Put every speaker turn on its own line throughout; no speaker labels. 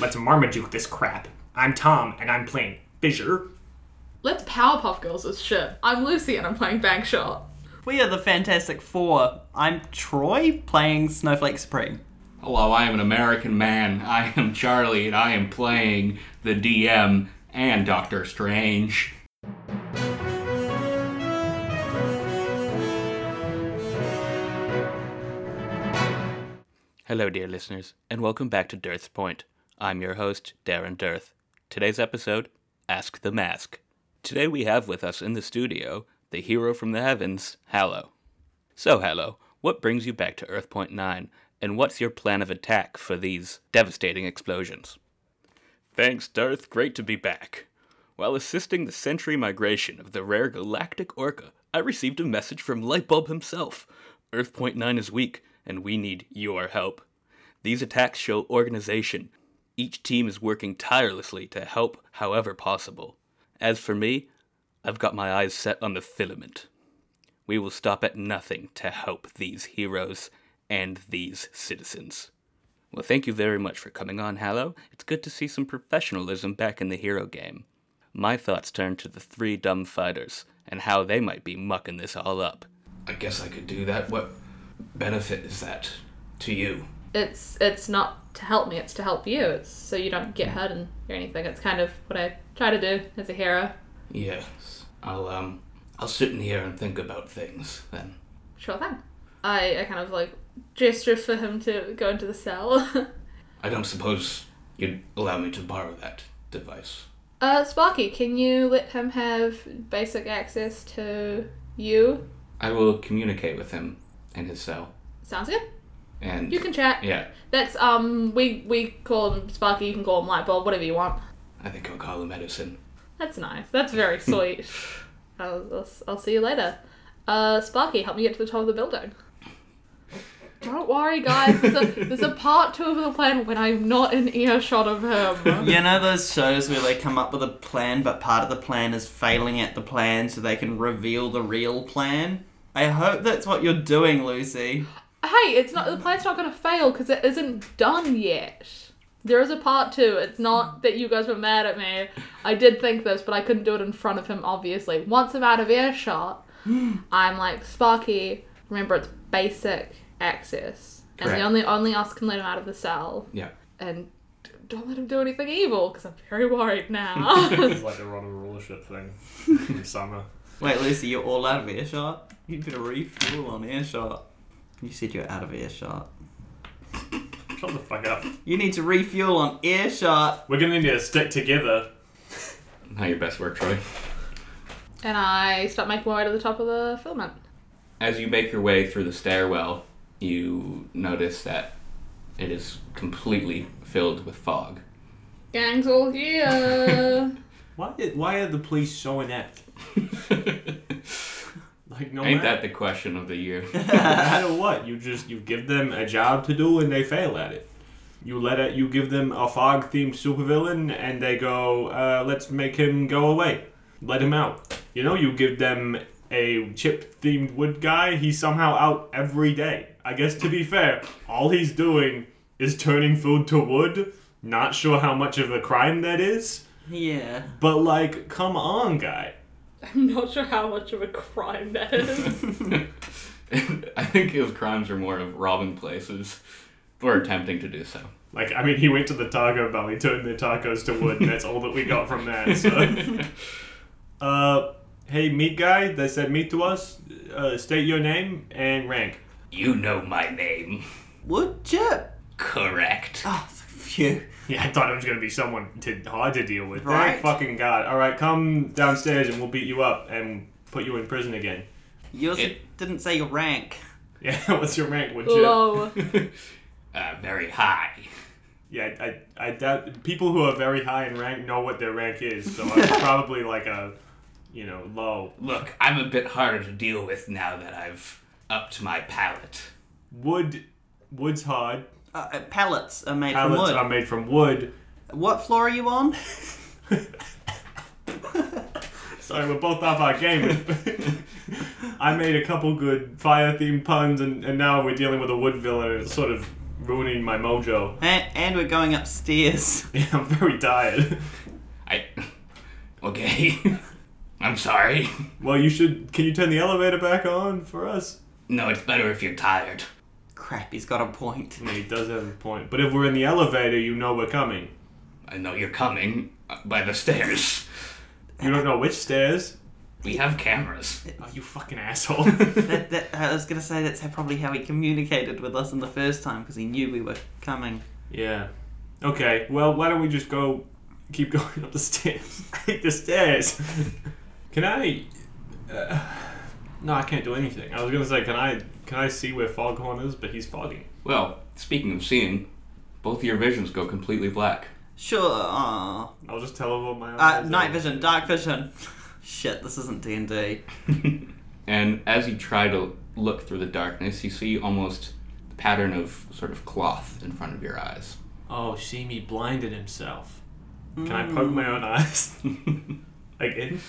Let's Marmaduke this crap. I'm Tom, and I'm playing Fisher.
Let's Powerpuff Girls this shit. I'm Lucy and I'm playing Bankshot.
We are the Fantastic Four. I'm Troy playing Snowflake Supreme.
Hello, I am an American man. I am Charlie, and I am playing the DM and Doctor Strange.
Hello, dear listeners, and welcome back to Dearth's Point. I'm your host, Darren Dearth. Today's episode Ask the Mask. Today we have with us in the studio the hero from the heavens, Hallow. So, Hallow, what brings you back to Earth Point 9, and what's your plan of attack for these devastating explosions? Thanks, Darth. Great to be back. While assisting the century migration of the rare galactic orca, I received a message from Lightbulb himself. Earthpoint 9 is weak, and we need your help. These attacks show organization. Each team is working tirelessly to help however possible. As for me, I've got my eyes set on the filament. We will stop at nothing to help these heroes and these citizens. Well, thank you very much for coming on, Hallow. It's good to see some professionalism back in the hero game. My thoughts turn to the three dumb fighters and how they might be mucking this all up.
I guess I could do that. What benefit is that to you?
It's it's not to help me, it's to help you. It's so you don't get hurt and or anything. It's kind of what I try to do as a hero.
Yes. I'll um I'll sit in here and think about things then.
Sure thing. I, I kind of like gesture for him to go into the cell.
I don't suppose you'd allow me to borrow that device.
uh Sparky, can you let him have basic access to you?
I will communicate with him in his cell.
Sounds good.
And
You can chat.
Yeah.
That's um we we call him Sparky, you can call him Lightbulb, whatever you want.
I think I'll call him Edison.
That's nice. That's very sweet. I'll, I'll, I'll see you later. Uh, Sparky, help me get to the top of the building. Don't worry, guys. There's a, there's a part two of the plan when I'm not in earshot of him.
You know those shows where they come up with a plan, but part of the plan is failing at the plan so they can reveal the real plan? I hope that's what you're doing, Lucy.
hey, it's not the plan's not gonna fail because it isn't done yet. There is a part two. It's not that you guys were mad at me. I did think this, but I couldn't do it in front of him. Obviously, once I'm out of earshot, I'm like Sparky. Remember, it's basic access, and the
Correct.
only only us can let him out of the cell.
Yeah.
And d- don't let him do anything evil because I'm very worried now.
It's like the Ronald Rulership thing from summer.
Wait, Lucy, you're all out of earshot? You better refuel on earshot. You said you're out of earshot.
Shut the fuck up.
You need to refuel on earshot.
We're gonna need to stick together.
How your best work, Troy.
and I start making my way to the top of the filament.
As you make your way through the stairwell, you notice that it is completely filled with fog.
Gang's all here.
Why? Did, why are the police so inept? Like no
Ain't
matter,
that the question of the year?
no matter what, you just you give them a job to do and they fail at it. You let it. You give them a fog themed supervillain and they go, uh, let's make him go away. Let him out. You know, you give them a chip themed wood guy. He's somehow out every day. I guess to be fair, all he's doing is turning food to wood. Not sure how much of a crime that is.
Yeah.
But like, come on, guy.
I'm not sure how much of a crime that is.
I think his crimes are more of robbing places or attempting to do so.
Like, I mean, he went to the taco bell, he turned the tacos to wood, and that's all that we got from that. So, uh, hey, meat guy, they said meat to us. Uh, state your name and rank.
You know my name.
Wood chip.
Correct.
Oh, phew.
Yeah, I thought it was gonna be someone to, hard to deal with.
Right.
Thank fucking god. All right, come downstairs and we'll beat you up and put you in prison again.
Yours
It-
didn't say your rank.
Yeah, what's your rank, would you?
Low.
Uh, very high.
Yeah, I, I, I doubt people who are very high in rank know what their rank is, so I'm probably like a, you know, low.
Look, I'm a bit harder to deal with now that I've upped my palate.
Wood, wood's hard.
Uh, uh, pallets are made from
pallets um,
wood.
are made from wood.
What floor are you on?
Sorry, we're both off our game. I made a couple good fire themed puns, and, and now we're dealing with a wood villain, and it's sort of ruining my mojo.
And, and we're going upstairs.
Yeah, I'm very tired.
I. Okay. I'm sorry.
Well, you should. Can you turn the elevator back on for us?
No, it's better if you're tired.
Crap, he's got a point.
I mean, he does have a point. But if we're in the elevator, you know we're coming.
I know you're coming uh, by the stairs.
You don't know which stairs.
We have cameras.
Oh, you fucking asshole.
That, that, I was gonna say that's how, probably how he communicated with us in the first time because he knew we were coming.
Yeah. Okay. Well, why don't we just go keep going up the stairs? I hate the stairs. can I? Uh, no, I can't do anything. I was gonna say, can I? Can I see where Foghorn is? But he's fogging.
Well, speaking of seeing, both of your visions go completely black.
Sure. aw.
I'll just tell him what my
Uh,
eyes are.
night vision, dark vision. Shit, this isn't D and D.
and as you try to look through the darkness, you see almost the pattern of sort of cloth in front of your eyes.
Oh, Shimi blinded himself. Can
Mm.
I poke my own eyes again?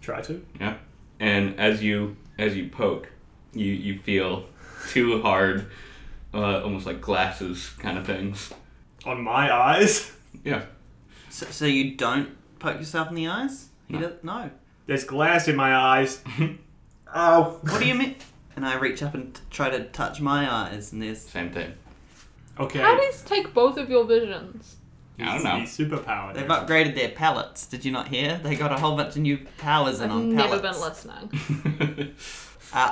Try to.
Yeah. And as you as you poke, you you feel two hard, uh, almost like glasses kind of things.
On my eyes.
Yeah.
So, so you don't poke yourself in the eyes? You
No.
don't. No.
There's glass in my eyes. oh.
What do you mean? And I reach up and t- try to touch my eyes, and there's
Same thing.
Okay.
How does take both of your visions?
I don't know.
He's superpowered.
they've upgraded their palettes. Did you not hear? They got a whole bunch of new powers in
I've
on
never
palettes.
been listening.
Uh,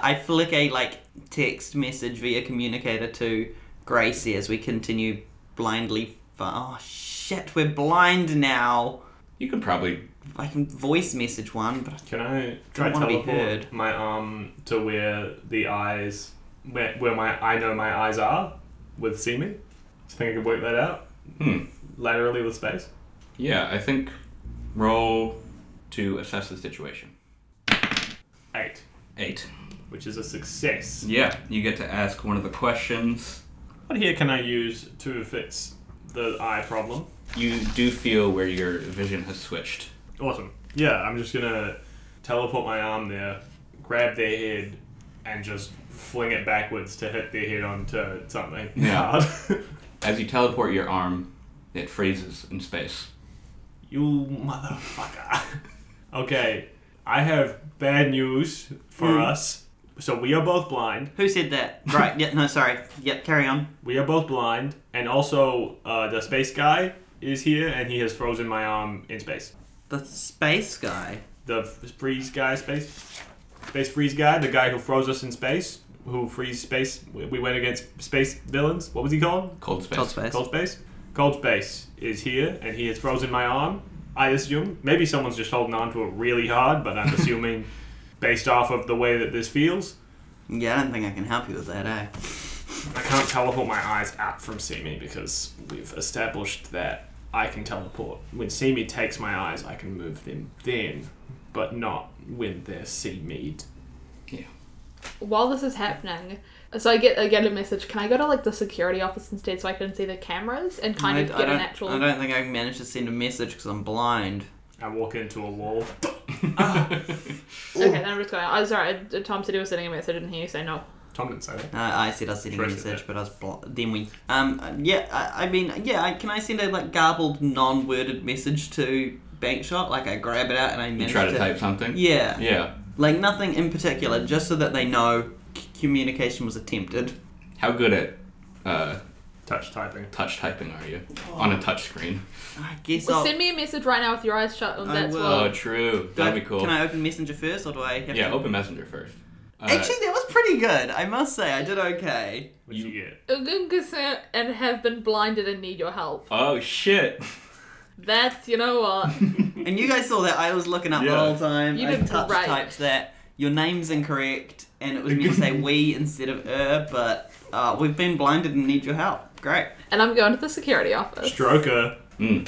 I flick a like text message via communicator to Gracie as we continue blindly. F- oh shit, we're blind now.
you can probably
I can voice message one, but
Can I try
Don't wanna be
teleport
heard.
my arm to where the eyes, where, where my I know my eyes are, with seeming? Do you think I could work that out
hmm.
laterally with space?
Yeah, I think roll to assess the situation.
Eight,
Eight.
which is a success.
Yeah, you get to ask one of the questions.
What here can I use to fix the eye problem?
You do feel where your vision has switched.
Awesome. Yeah, I'm just gonna teleport my arm there, grab their head, and just fling it backwards to hit their head onto something.
Yeah.
hard.
As you teleport your arm, it freezes in space.
You motherfucker. okay, I have bad news for us. So we are both blind.
who said that? Right? Yeah. No, sorry. Yep. Carry on.
We are both blind, and also uh, the space guy is here, and he has frozen my arm in space.
The space guy.
The f- freeze guy, space, space freeze guy, the guy who froze us in space, who freeze space. We we went against space villains. What was he called?
Cold space.
Cold space.
Cold Space? Cold Space is here, and he has frozen my arm, I assume. Maybe someone's just holding on to it really hard, but I'm assuming based off of the way that this feels,
Yeah, I don't think I can help you with that, eh?
I can't teleport my eyes out from Simi because we've established that I can teleport. When Simi takes my eyes, I can move them then, but not when they're Simi'd.
While this is happening, so I get I get a message. Can I go to like the security office instead so I can see the cameras and kind
I,
of
I
get
don't,
an actual?
I don't think I managed to send a message because I'm blind.
I walk into a wall.
Okay, then I'm just going. I'm sorry. uh, Tom said he was sending a message, and he say no.
Tom didn't say that.
No, Uh, I said I sent a
Trace it,
message,
yeah.
but I was bl- then we. Um. Yeah. I, I mean. Yeah. I, can I send a like garbled, non-worded message to Bankshot? Like I grab it out and I
You
manage
try to type something?
Yeah.
Yeah.
Like nothing in particular, just so that they know c- communication was attempted.
How good at uh,
Touch typing.
touch typing are you
Oh.
on a touch screen?
I guess
Well,
I'll.
send me a message right now with your eyes shut. And
I
that's
will.
what.
Oh, true.
do I-
That'd be cool.
Uh, Can I open Messenger first, or do I have
yeah,
to?
open Messenger first. Uh,
Actually, that was pretty good. I must say, I did okay.
What'd you get?
Ugungusa and have been blinded and need your help.
Oh shit!
That's you know what.
And you guys saw that I was looking up the
Yeah.
whole time.
You
I
did
touch
great.
typed that. Your name's incorrect, and it was meant to say we instead of er, but uh, we've been blinded and need your help. Great.
and I'm going to the security office.
Stroker.
Mm.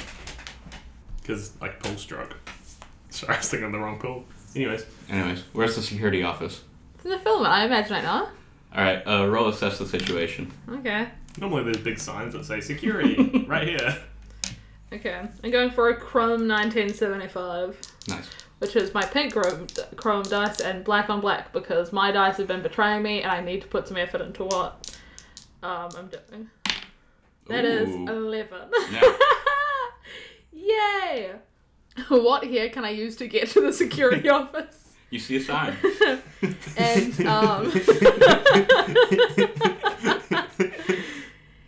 Because, like, pull stroke. Sorry, I was thinking of the wrong pull. Anyways,
Anyways, where's the security office?
It's in the film, I imagine right now.
All right, uh, roll assess the situation.
Okay.
normally there's big signs that say security right here.
Okay. I'm going for a Chrome 1975,
Nice.
which is my pink chrome, chrome dice and black on black because my dice have been betraying me and I need to put some effort into what um, I'm doing. That is
Ooh.
11.
Yeah.
Yay! What here can I use to get to the security office?
You see a sign.
And, um.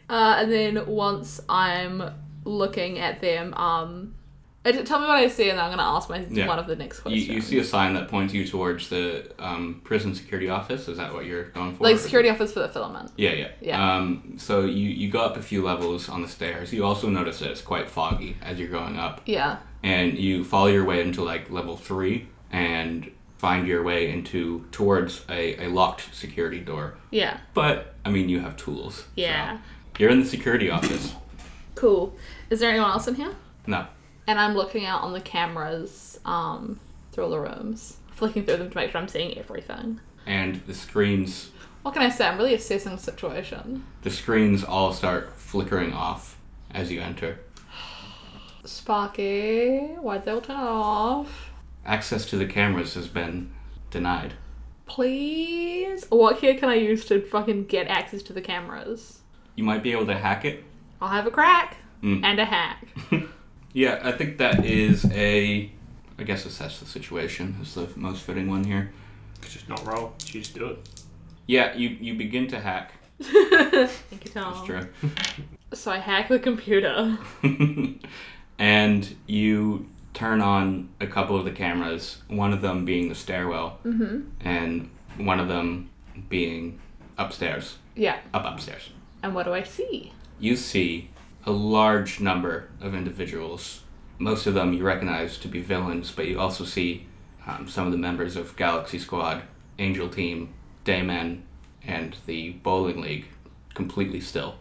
uh, and then once I'm looking at them, um. uh, Tell me what I see, and then I'm gonna ask my
Yeah.
one of the next
You,
questions.
you see a sign that points you towards the um, prison security office. Is that what you're going for?
like
Or-
security office for the filament.
Yeah, yeah.
Yeah.
Um, so you, you go up a few levels on the stairs. You also notice that it's quite foggy as you're going up.
Yeah.
And you follow your way into like level three and find your way into towards a, a locked security door.
Yeah.
But, I mean, you have tools. so-
Yeah.
You're in the security office.
Cool. Is there anyone else in here?
No.
and I'm looking out on the cameras um, through all the rooms, flicking through them to make sure I'm seeing everything.
And the screens
What can I say? I'm really assessing the situation.
the screens all start flickering off as you enter.
Sparky, why'd they all turn it off?
Access to the cameras has been denied.
Please? What key can I use to fucking get access to the cameras?
You might be able to hack it.
I'll have a crack
Mm.
and a hack.
Yeah, I think that is a. I guess assess the situation is the most fitting one here.
Could just not roll. She just do it.
Yeah, you you begin to hack.
Thank you, Tom.
That's true.
So I hack the computer.
and you turn on a couple of the cameras, one of them being the stairwell, and one of them being upstairs,
Yeah.
up upstairs.
And what do I see?
You see a large number of individuals. Most of them you recognize to be villains, but you also see um, some of the members of Galaxy Squad, Angel Team, Daymen, and the Bowling League completely still.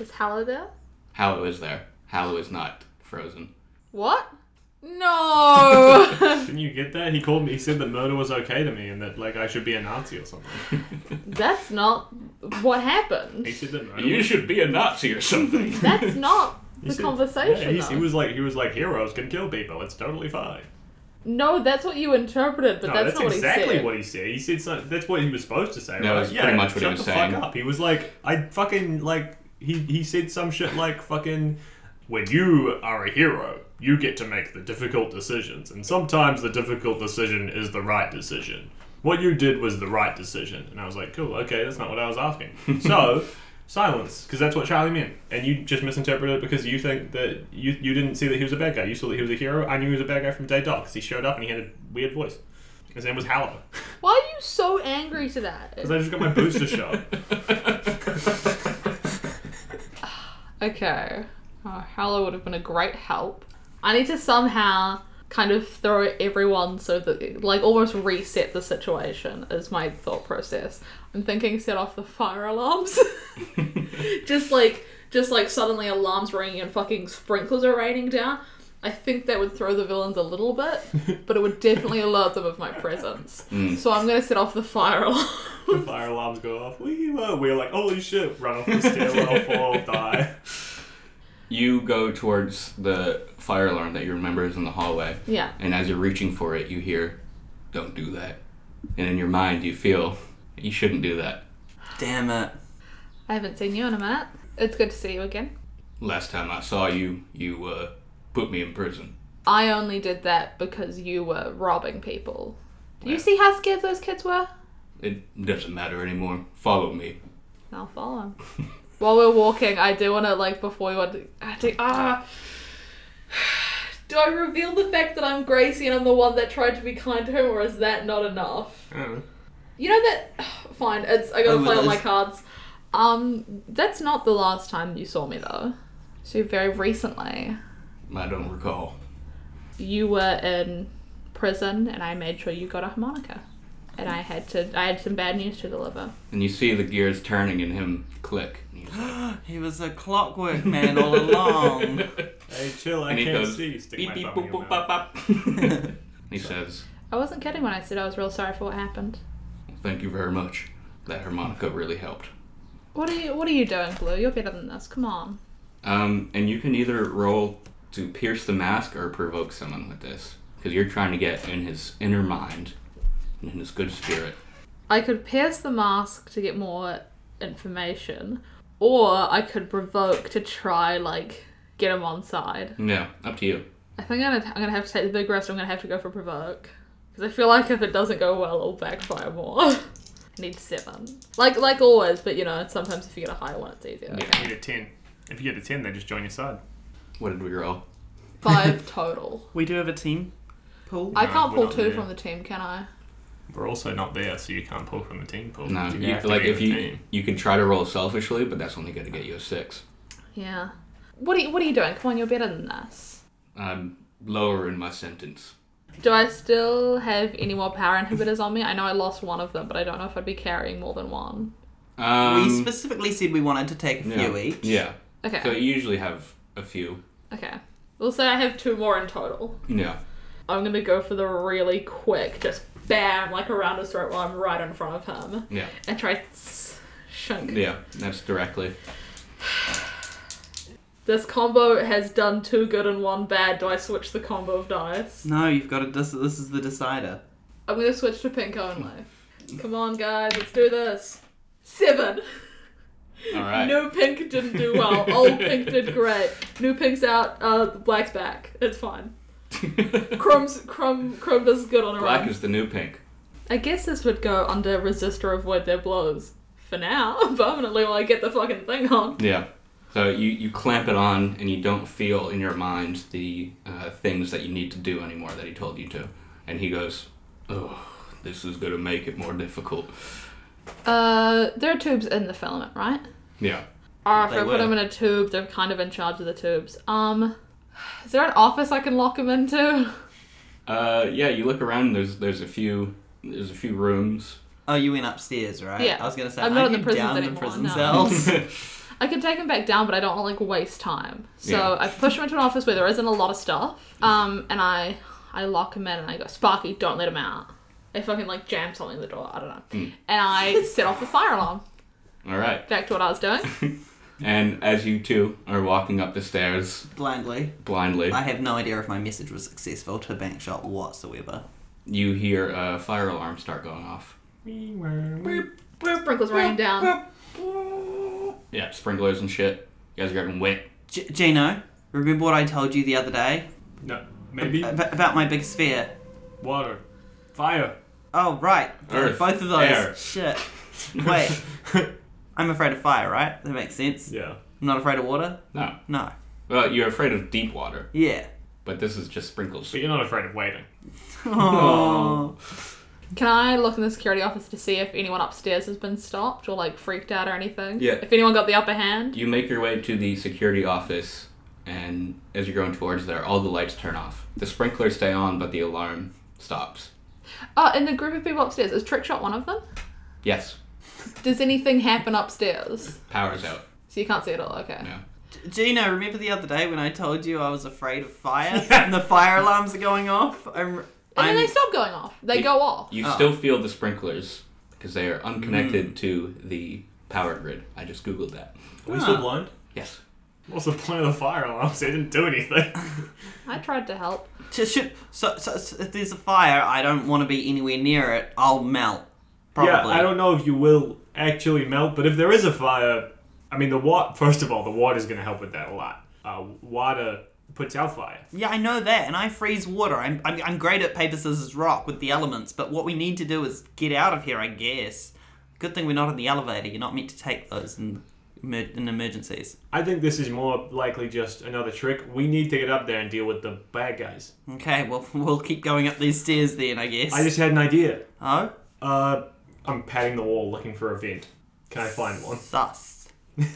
Is Hallow there?
Hallow is there. Hallow is not frozen.
What? No!
Didn't you get that? He called me. He said that murder was okay to me and that like I should be a Nazi or something.
That's not what happened.
He said that murder.
You
was-
should be a Nazi or something.
That's not the
said-
conversation.
Yeah, he, he
though.
was like he was like heroes can kill people. It's totally fine.
No, that's what you interpreted, but
No,
that's,
that's,
not what he
exactly
said.
what he said. He said something, that's what he was supposed to say.
No,
right?
that's
yeah,
pretty much what he
shut
was
the
saying.
Fuck up. He was like, I fucking like he he said some shit like fucking when you are a hero, you get to make the difficult decisions, and sometimes the difficult decision is the right decision. What you did was the right decision, and I was like, cool, okay, that's not what I was asking. So. Silence, because that's what Charlie meant, and you just misinterpreted it because you think that you you didn't see that he was a bad guy. You saw that he was a hero. I knew he was a bad guy from day dot because he showed up and he had a weird voice. His name was Hallow.
Why are you so angry to that?
Because I just got my booster shot.
Okay. Oh, Hallow would have been a great help. I need to somehow kind of throw everyone so that, like, almost reset the situation, is my thought process. I'm thinking set off the fire alarms. just like, just like suddenly alarms ringing and fucking sprinklers are raining down. I think that would throw the villains a little bit, but it would definitely alert them of my presence. So I'm gonna set off the fire alarm.
The fire alarms go off. We were, we were like, holy shit, run off the stairwell, fall, die.
You go towards the fire alarm that you remember is in the hallway,
yeah.
and as you're reaching for it, you hear, Don't do that. And in your mind, you feel, You shouldn't do that.
Damn it.
I haven't seen you in a minute. It's good to see you again.
Last time I saw you, you uh, put me in prison.
I only did that because you were robbing people. Do you see how scared those kids were?
It doesn't matter anymore. Follow me.
I'll follow him. While we're walking, I do want to, like, before we want to. I do, ah! Do I reveal the fact that I'm Gracie and I'm the one that tried to be kind to him, or is that not enough?
Oh.
You know that. Fine, it's. I gotta
Oh, well,
play all my
that's-
cards. Um, that's not the last time you saw me, though. So, very recently,
I don't recall.
you were in prison and I made sure you got a harmonica. And I had to I had some bad news to deliver.
And you see the gears turning and him click. And he's like,
He was a clockwork man all along.
Hey, chill, I
And he
can't
goes,
see. Stick
beep
my
beep
thumb in
boop
your
boop
mouth.
bop bop. he says,
I wasn't kidding when I said I was real sorry for what happened.
Thank you very much. That harmonica really helped.
What are you what are you doing, Blue? You're better than this. Come on.
Um, and you can either roll to pierce the mask or provoke someone with this, because you're trying to get in his inner mind, and in his good spirit.
I could pierce the mask to get more information, Or I could provoke to try, like, get him on side.
No, up to you.
I think I'm gonna, I'm gonna have to take the big risk. I'm gonna have to go for provoke. Because I feel like if it doesn't go well, it'll backfire more. I need seven. Like like always, but you know, sometimes if you get a high one, it's easier.
Yeah.
You get a 10. If you get a 10, they just join your side.
What did we roll?
Five total.
We do have a team pool.
I
No,
can't
we're
pull
not
two
there.
from the team, can I?
We're also not there, so you can't pull from the team pool.
No,
You
you,
have to
like
be
if
in
you
the team.
you can try to roll selfishly, but that's only going to get you a six.
Yeah. What are you, what are you doing? Come on, you're better than this.
I'm lowering my sentence.
Do I still have any more power inhibitors on me? I know I lost one of them, but I don't know if I'd be carrying more than one.
Um,
we specifically said we wanted to take a
yeah,
few each.
Yeah.
Okay.
So you usually have a few.
Okay. We'll say I have two more in total.
Yeah.
I'm gonna go for the really quick, just bam, like around his throat while I'm right in front of him,
Yeah.
and try s- shunk.
Yeah. That's directly.
This combo has done two good and one bad. Do I switch the combo of dice?
No, you've got to. This, this is the decider.
I'm gonna switch to pink only. Come on, guys, let's do this. Seven.
All right.
New pink didn't do well. Old pink did great. New pink's out. Uh, black's back. It's fine. Chrome's Chrome Chrome does good on a
Black
run.
is the new pink.
I guess this would go under resist or avoid their blows for now, permanently while I get the fucking thing on.
Yeah. So you, you clamp it on and you don't feel in your mind the uh, things that you need to do anymore that he told you to. And he goes, oh, this is going to make it more difficult.
Uh, there are tubes in the filament, right?
Yeah.
Or if
They
I
were.
put them in a tube, they're kind of in charge of the tubes. Um, is there an office I can lock them into?
Uh, yeah, you look around and there's, there's a few there's a few rooms.
Oh, you went upstairs, right?
Yeah.
I was gonna say
I'm not
are
in the
you
prisons
down
anymore,
to prison
no.
cells.
I can take them back down, but I don't like waste time. So
Yeah.
I push them into an office where there isn't a lot of stuff. Um, and I I lock them in and I go, Sparky, don't let him out. I fucking like jam something in the door. I don't know. And I set off the fire alarm.
All right.
Back to what I was doing.
And as you two are walking up the stairs
Blindly,
blindly,
I have no idea if my message was successful to bank shot whatsoever.
you hear a fire alarm start going off.
Sprinkles raining down.
Yeah, sprinklers and shit. You guys are getting wet.
G- Gino, remember what I told you the other day
No, maybe
Ab- about my big sphere?
water, fire.
Oh, right.
Earth,
Both of those.
air.
Shit. Wait. I'm afraid of fire, right? That makes sense.
yeah.
I'm not afraid of water?
No.
No.
Well, you're afraid of deep water,
Yeah.
but this is just sprinkles.
But you're not afraid of waiting.
Oh.
Can I look in the security office to see if anyone upstairs has been stopped or like freaked out or anything?
Yeah.
If anyone got the upper hand?
You make your way to the security office, and as you're going towards there, all the lights turn off. The sprinklers stay on, but the alarm stops.
Oh, in the group of people upstairs, is Trickshot one of them?
Yes,
Does anything happen upstairs?
power's out.
So you can't see it all, okay.
Yeah.
G- Gino, remember the other day when I told you I was afraid of fire and the fire alarms are going off? I'm.
And then
I'm
they stop going off. They
You-
go off.
You
Oh.
still feel the sprinklers because they are unconnected to the power grid. I just googled that.
Are we still blind?
Yes.
What's the point of the fire alarms? They didn't do anything.
I tried to help.
Sh- shit. So, so, so if there's a fire, I don't want to be anywhere near it. I'll melt. Probably.
Yeah, I don't know if you will actually melt, but if there is a fire, I mean, the water, first of all, the water's going to help with that a lot. Uh, water puts out fire.
Yeah, I know that, and I freeze water. I'm, I'm, I'm great at paper, scissors, rock with the elements, but what we need to do is get out of here, I guess. Good thing we're not in the elevator. You're not meant to take those in, emer- in emergencies.
I think this is more likely just another trick. We need to get up there and deal with the bad guys.
Okay, well, we'll keep going up these stairs then, I guess.
I just had an idea.
Oh?
Uh, I'm patting the wall looking for a vent. Can I find one?
Sus.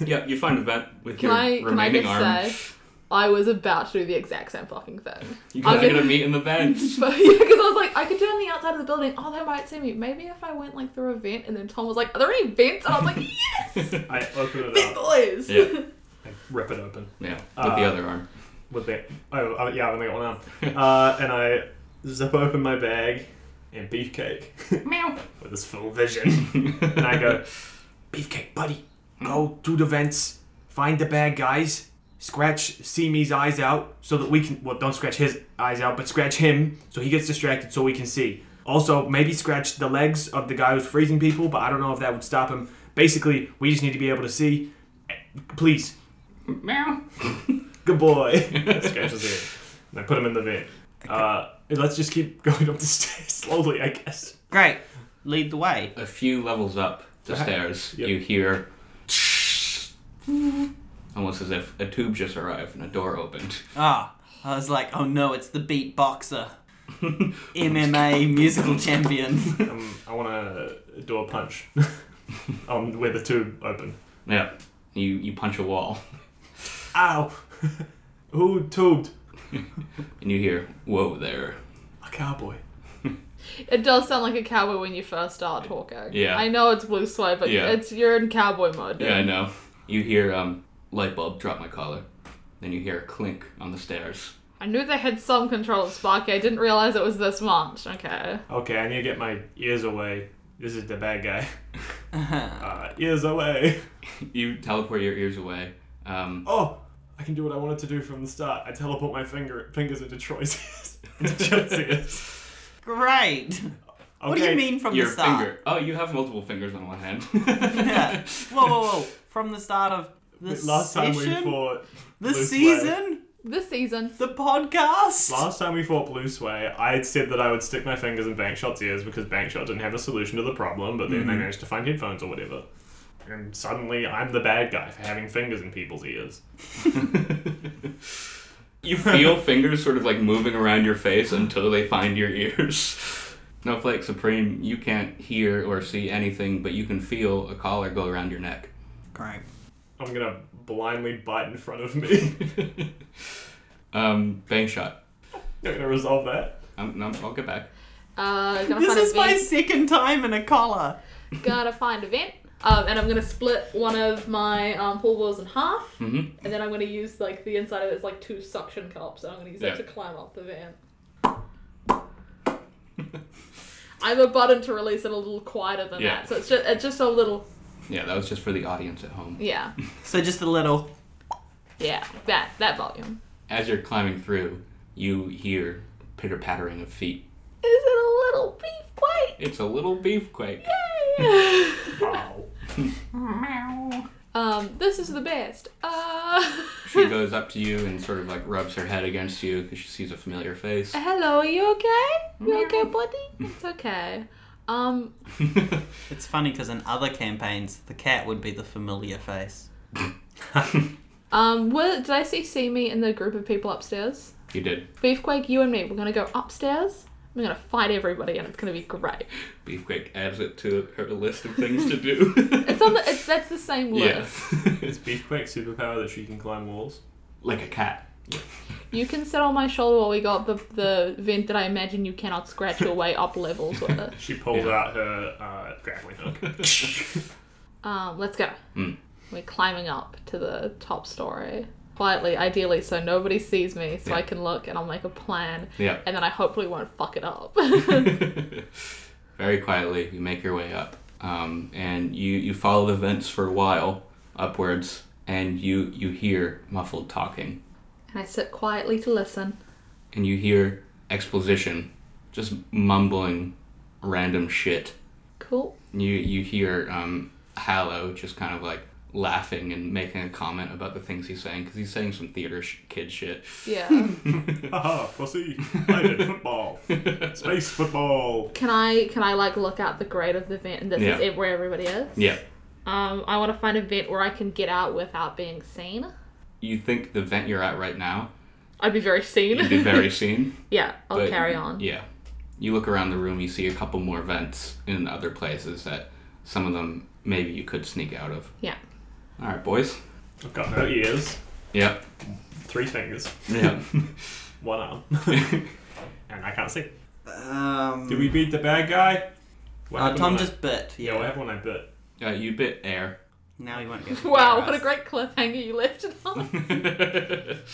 Yep. You find a vent with
Can
your
I can I
remaining
just
arm.
say I was about to do the exact same fucking thing.
You guys
Okay.
are gonna meet in the vent.
But yeah, because I was like, I could do it on the outside of the building. Oh, they might see me. Maybe if I went like through a vent and then Tom was like, Are there any vents? And I was like, Yes!
I open
Vent
it up.
boys!
Yeah.
I rip it open.
Yeah. With
Uh,
the other arm.
with that. Oh, oh, yeah, I've only got one arm. Uh, and I zip open my bag and beefcake. Meow. With this full vision. and I go, Beefcake, buddy, go to the vents, find the bad guys, scratch Simi's eyes out so that we can. Well, don't scratch his eyes out, but scratch him so he gets distracted so we can see. Also, maybe scratch the legs of the guy who's freezing people, but I don't know if that would stop him. Basically, we just need to be able to see. Please.
Meow.
Good boy. Scratches his ear. And I put him in the van. Uh, and let's just keep going up the stairs slowly, I guess.
Great. Lead the way.
A few levels up the stairs,
Yep.
you hear almost as if a tube just arrived and a door opened.
Ah, I was like, oh no, it's the beat boxer. MMA musical champion.
Um, I want to do a punch um, where the tube opened.
Yeah. You you punch a wall
Ow! Who tubed?
and you hear, "Whoa there."
A cowboy.
It does sound like a cowboy when you first start talking.
Yeah.
I know it's blue sweat, but
Yeah.
it's you're in cowboy mode.
Yeah, I know. You hear um light bulb drop my collar. Then you hear a clink on the stairs.
I knew they had some control of Sparky. I didn't realize it was this much. Okay.
Okay, I need to get my ears away. This is the bad guy. Uh, ears away.
You teleport your ears away. Um,
Oh, I can do what I wanted to do from the start. I teleport my finger fingers into Troy's ears. Into Troy's ears.
Great.
Okay.
What do you mean from
your
the start?
finger. Oh, you have multiple fingers on one hand.
Yeah. Whoa, whoa, whoa. From the start of the
Last time
session?
we fought.
The
Blue Sway-
season?
This season.
The podcast?
Last time we fought Blue Sway, I had said that I would stick my fingers in Bankshot's ears because Bankshot didn't have a solution to the problem, but then they managed to find headphones or whatever. And suddenly I'm the bad guy for having fingers in people's ears.
you feel fingers sort of like moving around your face until they find your ears. Snowflake Supreme, you can't hear or see anything, but you can feel a collar go around your neck.
Great.
I'm gonna blindly bite in front of me.
Um, bang shot.
Not gonna resolve that.
Um, no, I'll get back.
Uh, gonna
This
find a
is my
vent.
second time in a collar.
Gonna find a vent. Um, and I'm gonna split one of my um, pool balls in half,
Mhm.
and then I'm gonna use like the inside of it as like two suction cups, and I'm gonna use
Yeah.
that to climb up the vent. I have a button to release it a little quieter than
Yeah.
that, so it's just it's just a little
Yeah, that was just for the audience at home.
yeah
So just a little.
yeah that that volume.
As you're climbing through, you hear pitter pattering of feet.
Is it a little beef plate?
It's a little beefquake.
Ow.
um, this is the best. Uh,
She goes up to you and sort of like rubs her head against you because she sees a familiar face.
hello, are you okay? You okay, buddy? It's okay. Um,
It's funny because in other campaigns, the cat would be the familiar face.
Um, were, did I see see me in the group of people upstairs?
you did.
Beefquake, you and me, we're gonna go upstairs. I'm gonna fight everybody, and it's gonna be great.
Beefquake adds it to her list of things to do.
It's on the. It's, that's the same
yeah.
list.
Is Beefquake's superpower that she can climb walls?
like a cat.
You can sit on my shoulder while we go up the the vent that I imagine you cannot scratch your way up levels with it.
She pulls
Yeah.
out her uh, grappling hook.
Um, let's go.
Hmm.
We're climbing up to the top story quietly, ideally, so nobody sees me, so I
Yeah.
can look and I'll make a plan,
Yeah.
and then I hopefully won't fuck it up.
Very quietly, you make your way up, um, and you you follow the vents for a while upwards, and you you hear muffled talking.
and I sit quietly to listen.
and you hear exposition, just mumbling random shit.
Cool.
You you hear um, Hallow just kind of like laughing and making a comment about the things he's saying because he's saying some theater sh- kid shit.
Yeah.
Haha, pussy. I did football. Space football.
Can I can I like look out the grade of the vent and this
Yeah.
is it where everybody is?
Yeah,
Um, I want to find a vent where I can get out without being seen.
you think the vent you're at right now
I'd be very seen.
would be very seen.
yeah, I'll
but-
carry on.
Yeah, you look around the room, you see a couple more vents in other places that some of them maybe you could sneak out of.
Yeah.
All right, boys.
I've got no ears,
Yep.
three fingers,
Yeah.
one arm, and I can't see.
Um,
Did we
Uh,
beat the bad guy? What
uh,
happened
Tom
when I-
just bit.
Yeah, what happened when I bit?
uh, you bit air.
Now he won't get
Wow, what a great cliffhanger you left it on.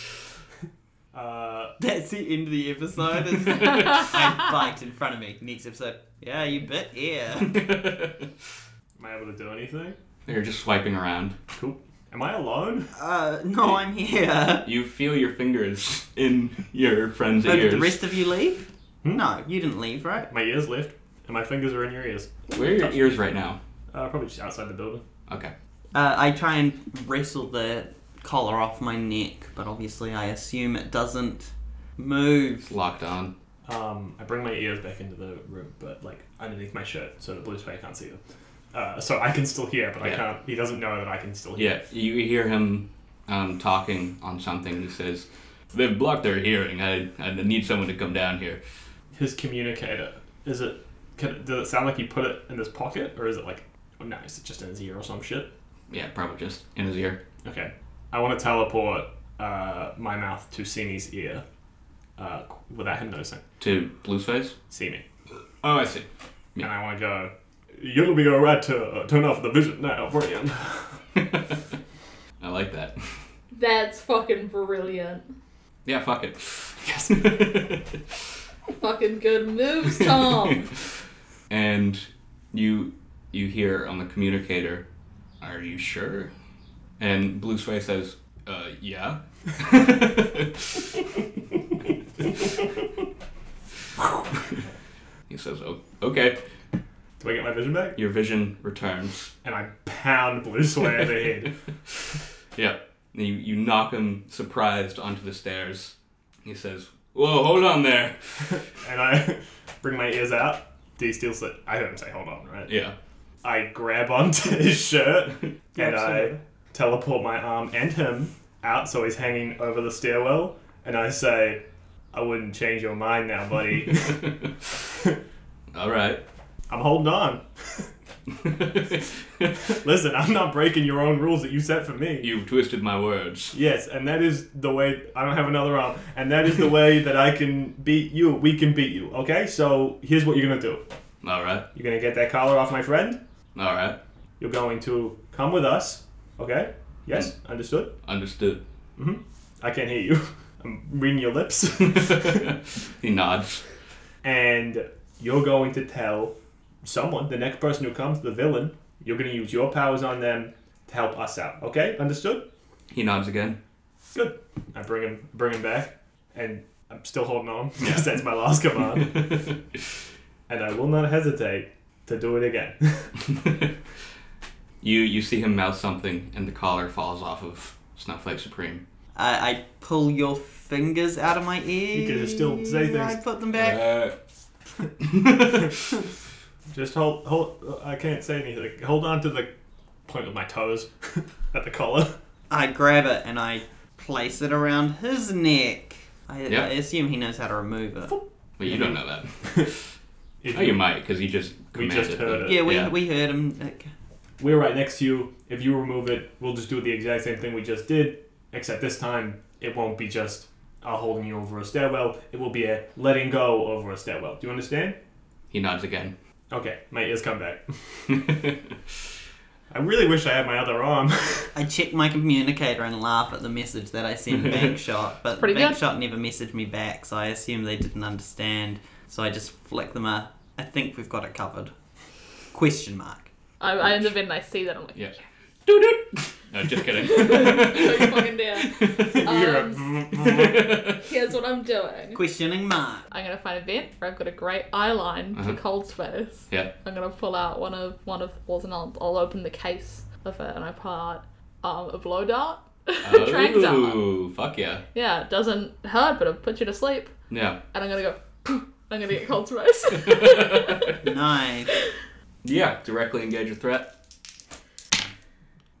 Uh,
That's the end of the episode. It's- I biked in front of me. Next episode. Yeah, you bit. Yeah.
am I able to do anything?
You're just swiping around.
Cool. Am I alone?
Uh, no, I'm here.
You feel your fingers in your friend's
So did
ears.
the rest of you leave?
Hmm?
No, you didn't leave, right?
My ears left, and my fingers are in your ears.
Where are your ears right now?
Uh, probably just outside the building.
Okay.
Uh, I try and wrestle the collar off my neck, but obviously I assume it doesn't move.
Locked on.
Um, I bring my ears back into the room, but like underneath my shirt, so the blue spray can't see them. Uh, so I can still hear, but I
Yeah.
can't. He doesn't know that I can still hear.
Yeah, you hear him um, talking on something. He says, "They've blocked their hearing. I, I need someone to come down here."
His communicator is it? Can, does it sound like he put it in his pocket, or is it like? Oh no, is it just in his ear or some shit?
Yeah, probably just in his ear.
Okay, I want to teleport uh, my mouth to Simi's ear, uh, without him noticing.
To Blueface?
Simi,
Oh, I see. Yeah.
and I want to go. You'll be alright to uh, turn off the vision now, friend.
I like that.
That's fucking brilliant.
Yeah, fuck it.
Yes.
Fucking good moves, Tom.
and you you hear on the communicator, "Are you sure?" And Blueface says, "Uh, yeah." he says, "Oh, okay."
Do I get my vision back?
Your vision returns.
And I pound blue sway the head.
Yeah. And you, you knock him surprised onto the stairs. He says, Whoa, hold on there.
and I bring my ears out. Do you still say? I heard him say, "Hold on," right?
Yeah.
I grab onto his shirt and I
Absolutely.
teleport my arm and him out, so he's hanging over the stairwell. And I say, "I wouldn't change your mind now, buddy.
All right.
I'm holding on. Listen, I'm not breaking your own rules that you set for me."
You've twisted my words.
Yes, and that is the way. I don't have another arm, and that is the way that I can beat you. We can beat you. Okay, so here's what you're gonna do.
All right.
You're gonna get that collar off my friend.
All right.
You're going to come with us. Okay. Yes. Understood.
Understood.
I can't hear you. I'm reading your lips.
he nods.
and you're going to tell someone, the next person who comes, the villain. You're gonna use your powers on them to help us out. Okay. Understood.
He nods again.
Good. I bring him, bring him back, and I'm still holding on because that's my last command. and I will not hesitate to do it again.
you you see him mouth something, and the collar falls off of Snowflake Supreme.
I, I pull your fingers out of my ear.
You can still say things.
I put them back.
Uh,
Just hold, hold. I can't say anything. Hold on to the point with my toes at the collar.
I grab it and I place it around his neck. I,
Yeah.
I assume he knows how to remove it.
but you don't know that.
If
Oh, you might, because he just
We
commanded.
just heard it.
Yeah, we,
Yeah.
we heard him. Like,
We're right next to you. If you remove it, we'll just do the exact same thing we just did, except this time it won't be just a holding you over a stairwell. It will be a letting go over a stairwell. Do you understand?
He nods again.
Okay, my ears come back. I really wish I had my other arm.
I check my communicator and laugh at the message that I sent Bankshot, but
pretty good.
Bankshot never messaged me back, so I assume they didn't understand. So I just flick them a. I think we've got it covered. Question mark.
I, I end up in and I see that I'm like,
Yeah.
doo doo.
No, just
So you
kidding.
fucking down.
You're a-
Um, Here's what I'm doing.
Questioning mark.
I'm gonna find a vent where I've got a great eye line
Uh-huh.
to cold space.
yeah.
I'm gonna pull out one of one of the balls and I'll, I'll open the case of it and I pull out um, a blow dart. Trank dart.
Oh, fuck yeah.
Yeah, it doesn't hurt, but it'll put you to sleep.
Yeah.
And I'm gonna go. "Poof," I'm gonna get cold space.
Nice.
Yeah, directly engage a threat.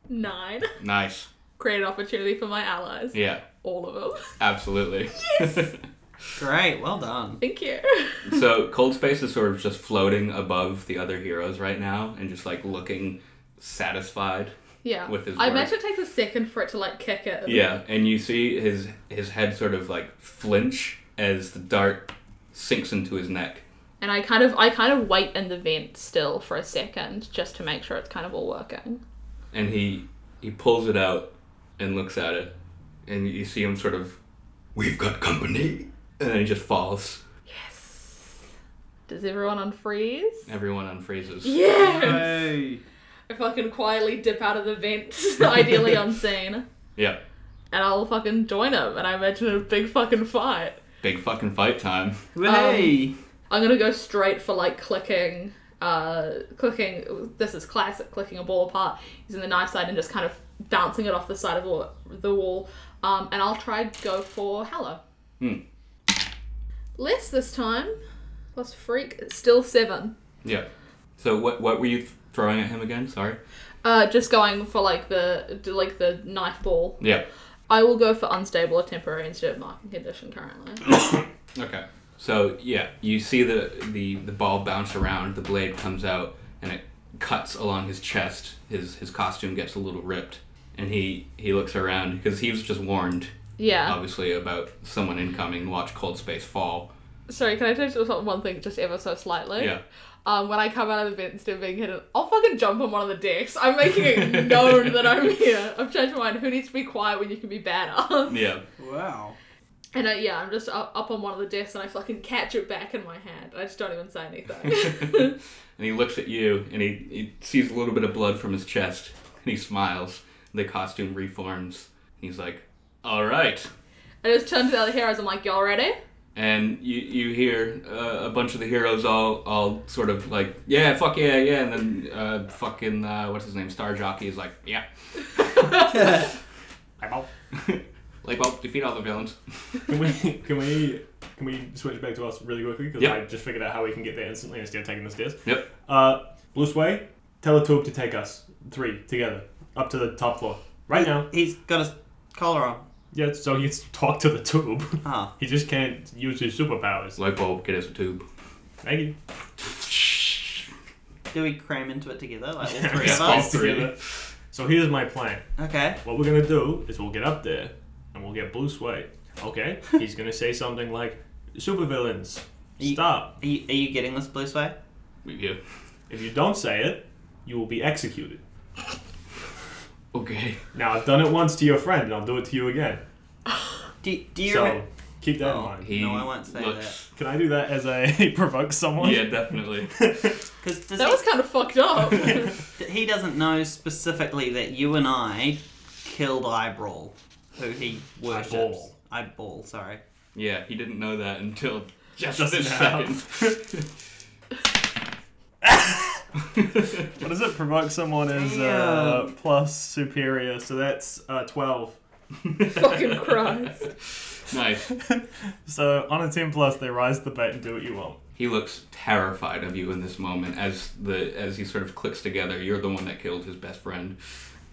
Nine.
Nice.
Create an opportunity for my allies.
Yeah,
All of them.
absolutely.
Great. Well done.
Thank you.
so Cold Space is sort of just floating above the other heroes right now and just like looking satisfied.
Yeah.
With his
I
work.
imagine it takes a second for it to like kick it.
Yeah, and you see his his head sort of like flinch as the dart sinks into his neck.
And I kind of I kind of wait in the vent still for a second just to make sure it's kind of all working.
And he he pulls it out and looks at it. And you see him sort of We've got company and then he just falls.
Does everyone unfreeze?
Everyone unfreezes.
Yeah.
Hey.
I fucking quietly dip out of the vent, ideally unseen, and
yeah.
I'll fucking join him. And I imagine a big fucking fight.
Big fucking fight time.
Hey.
I'm gonna go straight for like clicking uh, clicking. This is classic clicking a ball apart using the knife side and just kind of bouncing it off the side of the wall. The wall. Um, and I'll try go for Hallow. Less this time. Plus freak. It's still seven.
Yeah. So what what were you throwing at him again? Sorry.
Uh, just going for like the do, like the knife ball.
Yeah.
I will go for unstable or temporary instead of marking condition currently.
Okay. So yeah, you see the the the ball bounce around, the blade comes out, and it cuts along his chest. His his costume gets a little ripped, and he he looks around because he was just warned,
yeah.
obviously, about someone incoming. Watch cold space fall.
Sorry, can I touch on one thing just ever so slightly?
Yeah.
Um, when I come out of the vent instead of being hidden, I'll fucking jump on one of the decks. I'm making it known that I'm here. I've changed my mind. Who needs to be quiet when you can be badass?
Yeah.
Wow.
And I, yeah, I'm just up, up on one of the desks and I fucking catch it back in my hand. I just don't even say anything.
and he looks at you, and he, he sees a little bit of blood from his chest, and he smiles. The costume reforms. And he's like, "All right."
I just turn to the other heroes. I'm like, y'all ready?
and you you hear uh, a bunch of the heroes all all sort of like yeah fuck yeah yeah and then uh, fucking uh, what's his name Star Jockey is like yeah
I'm out.
like well defeat all the villains
Can we can we can we switch back to us really quickly? Because
Yep.
I just figured out how we can get there instantly instead of taking the stairs.
yep
Uh, Blue Sway, tell a tube to take us three together up to the top floor right now.
He's got his collar on.
Yeah, so he can talk to the tube.
Ah.
he just can't use his superpowers.
light bulb get us a tube
Thank you.
Do we cram into it together? Like all three
Yeah,
of
all
us?
three. So here's my plan.
Okay.
What we're gonna do is we'll get up there and we'll get Blue Sway. Okay, he's gonna say something like, "Supervillains,
Ye-
stop!
Are you, are you getting this blue sway?
We- yeah
If you don't say it, you will be executed."
okay
Now I've done it once to your friend, and I'll do it to you again.
Do, do you
So
remem-
keep that
Oh.
in mind.
he
No, I won't say
looks,
Can I do that as I provoke someone?
yeah definitely
Because does
That was kind of fucked up.
he, he doesn't know specifically that you and I killed Eyeball, who he worships.
Eyeball.
Eyeball, sorry.
yeah he didn't know that until just,
Just
this
now.
second
What does it provoke someone as uh,
Damn.
plus superior? So that's uh, twelve.
fucking Christ.
nice
So on a ten plus, they rise to the bait and do what you want.
he looks terrified of you in this moment as the as he sort of clicks together you're the one that killed his best friend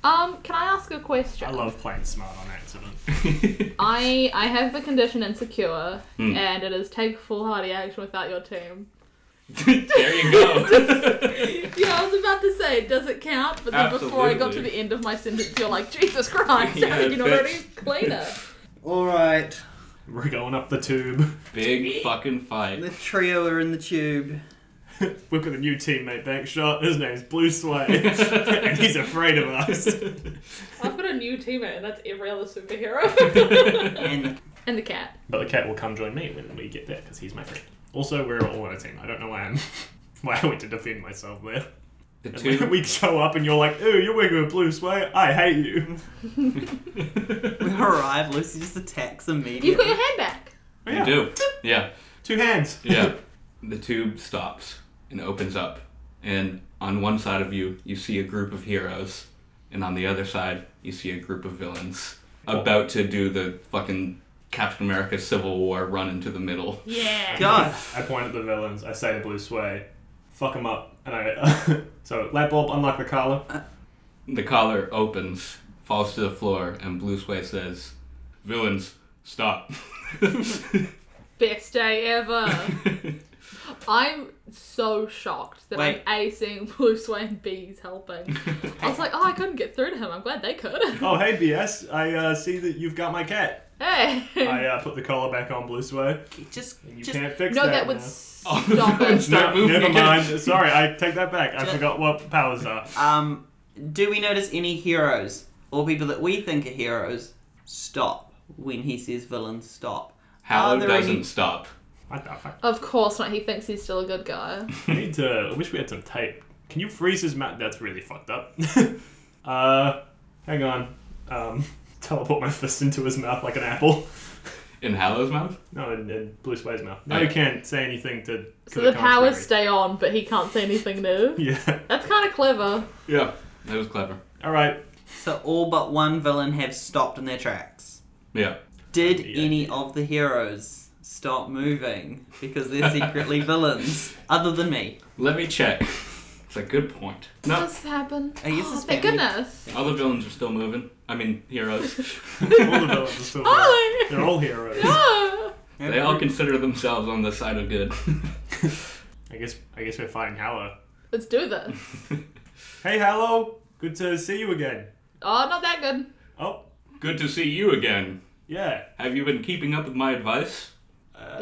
Um, can I ask a question?
I love playing smart on accident.
I I have the condition insecure, and it is take foolhardy action without your team.
there you go.
Yeah, I was about to say, does it count? But then before I got to
Absolutely.
the end of my sentence, you're like, Jesus Christ,
Yeah,
how did you not
that's-
already clean it?
Alright,
We're going up the tube.
Big fucking fight.
trio are in the tube.
We've got a new teammate back shot. His name's Blue Sway, and he's afraid of us.
I've got a new teammate, and that's every other superhero.
And
and the cat.
But the cat will come join me when we get there because he's my friend. Also, we're all on a team. I don't know why I'm why I went to defend myself there.
The
And we-
two.
we show up and you're like, "Ooh, you're working with Blue Sway. I hate you."
we arrive, Lucy just attacks immediately.
You've got your hand back.
Oh,
You
yeah.
do. Yeah.
Two hands.
Yeah. The tube stops and opens up. And on one side of you, you see a group of heroes. And on the other side, you see a group of villains about to do the fucking Captain America Civil War run into the middle.
Yeah.
God.
I point at the villains. I say to Blue Sway, "Fuck them up." And I so light bulb unlock the collar.
The collar opens, falls to the floor, and Blue Sway says, Villains, stop.
Best day ever. I'm so shocked that
Wait.
I'm A, seeing Blue Sway and B, he's helping. I was like, oh, I couldn't get through to him. I'm glad they could.
Oh hey BS, I uh, see that you've got my cat.
Hey.
I uh, put the collar back on Blue Sway.
Just,
You
just
can't fix
no,
that.
that would
now.
Oh,
stop
no,
it.
it's Start
no,
moving
never
again.
mind. Sorry, I take that back. I
Ju-
forgot what powers are.
Um, do we notice any heroes or people that we think are heroes stop when he says villains stop?
Hallow
Are there any-
doesn't stop.
What the fuck?
Of course not. He thinks he's still a good guy.
I need to. I wish we had some tape. Can you freeze his mouth? That's really fucked up. uh, hang on. Um, teleport my fist into his mouth like an apple.
in Hallow's mouth?
No, in, in Blue Spy's mouth. Now you can't say anything to. to
So the powers
contrary.
stay on, but he can't say anything new.
Yeah.
That's kind of clever.
Yeah, that was clever.
All right.
So all but one villain have stopped in their tracks.
Yeah.
Did
Yeah.
any of the heroes stop moving because they're secretly villains? Other than me.
Let me check. It's a good point.
Does
No,
This happened.
I guess
oh,
it's
thank
family.
goodness.
all the villains are still moving. I mean, heroes.
All the villains are still there.
Ollie!
They're all heroes.
No!
they all consider themselves on the side of good.
I guess. I guess we're fighting Hallow.
Let's do this.
Hey, Hallow. Good to see you again.
Oh, not that good.
Oh,
good to see you again.
yeah.
Have you been keeping up with my advice?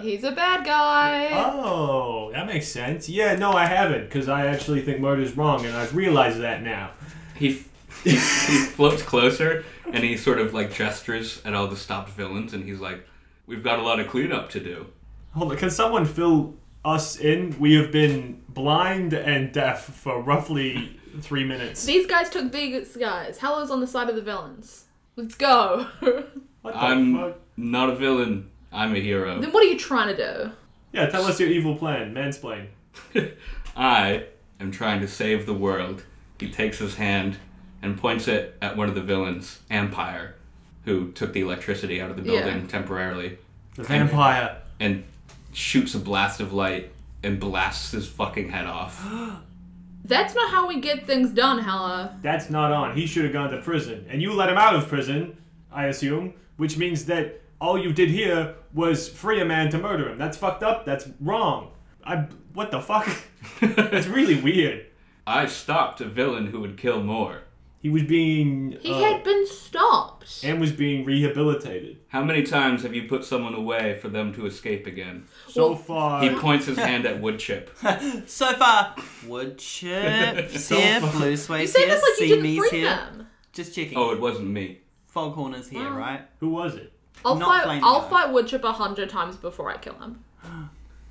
He's a bad guy.
Oh, that makes sense. Yeah, no, I haven't, because I actually think murder's wrong, and I've realized that now.
He, he, he floats closer and he sort of like gestures at all the stopped villains and he's like, We've got a lot of cleanup to do.
Hold on, can someone fill us in? We have been blind and deaf for roughly three minutes.
These guys took these guys. Hallow's on the side of the villains. Let's go. then
What the
I'm
fuck?
not a villain, I'm a hero.
what are you trying to do?
Yeah, tell us your evil plan. Mansplain.
I am trying to save the world. He takes his hand and points it at one of the villains, Empire, who took the electricity out of the
Yeah.
building temporarily,
The vampire.
and shoots a blast of light and blasts his fucking head off.
That's not how we get things done, Hallow.
That's not on. He should have gone to prison. And you let him out of prison, I assume, which means that all you did here was free a man to murder him. That's fucked up. That's wrong. I. What the fuck? That's really weird.
I stopped a villain who would kill more.
He was being.
He
uh,
had been stopped.
and was being rehabilitated.
How many times have you put someone away for them to escape again?
So
Well,
far.
He points his hand at Woodchip.
So far, wood chips
So
here,
far.
blue
you
sways
say
here,
this like
sea
you didn't
me's
free
here.
them.
Just checking.
Oh, it wasn't me.
Foghorn is here,
Wow.
right?
Who was it?
I'll
Not
fight.
flame
I'll
guy.
fight Woodchip a hundred times before I kill him.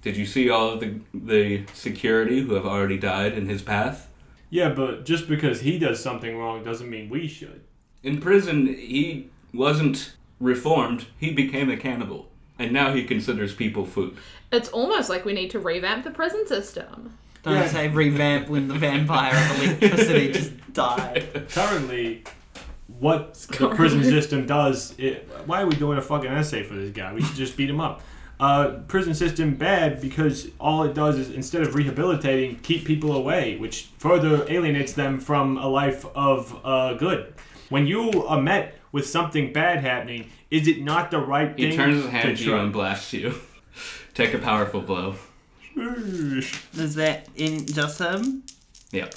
Did you see all of the, the security who have already died in his path?
Yeah, but just because he does something wrong doesn't mean we should.
In prison, he wasn't reformed. He became a cannibal. And now he considers people food.
It's almost like we need to revamp the prison system.
Don't
Yeah.
say revamp when the vampire of electricity just died.
Currently, what the prison system does. It, why are we doing a fucking essay for this guy? We should just beat him up. Uh, prison system bad because all it does is instead of rehabilitating, keep people away, which further alienates them from a life of uh, good. When you are met with something bad happening, is it not the right
He
thing?
turns his hand
to
to you
try-
and blasts you. Take a powerful blow.
Is that in just him?
Yeah.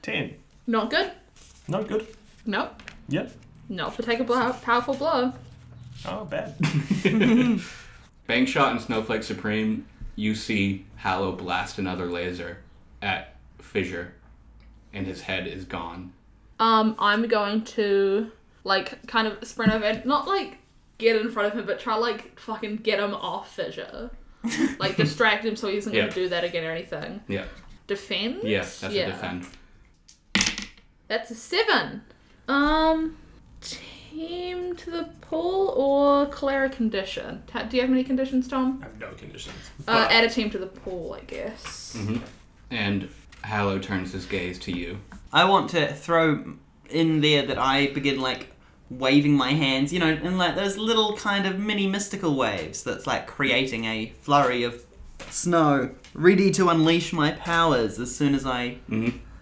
Ten.
Not good.
Not good.
Nope.
Yep.
Not for take a blow, powerful blow.
Oh, bad.
Bang Shot and Snowflake Supreme, you see Hallow blast another laser at Fissure, and his head is gone.
Um, I'm going to like kind of sprint over, and not like get in front of him, but try like fucking get him off fissure, like distract him so he isn't
Yeah.
gonna do that again or anything.
Yeah.
Defend.
Yeah, that's a defend.
That's a seven. Um, team to the pool or Clara condition. Ta- Do you have any conditions, Tom?
I have no conditions.
Uh, add a team to the pool, I guess.
Mm. And Hallow turns his gaze to you.
I want to throw in there that I begin like waving my hands, you know, in like those little kind of mini mystical waves that's like creating a flurry of snow, ready to unleash my powers as soon as I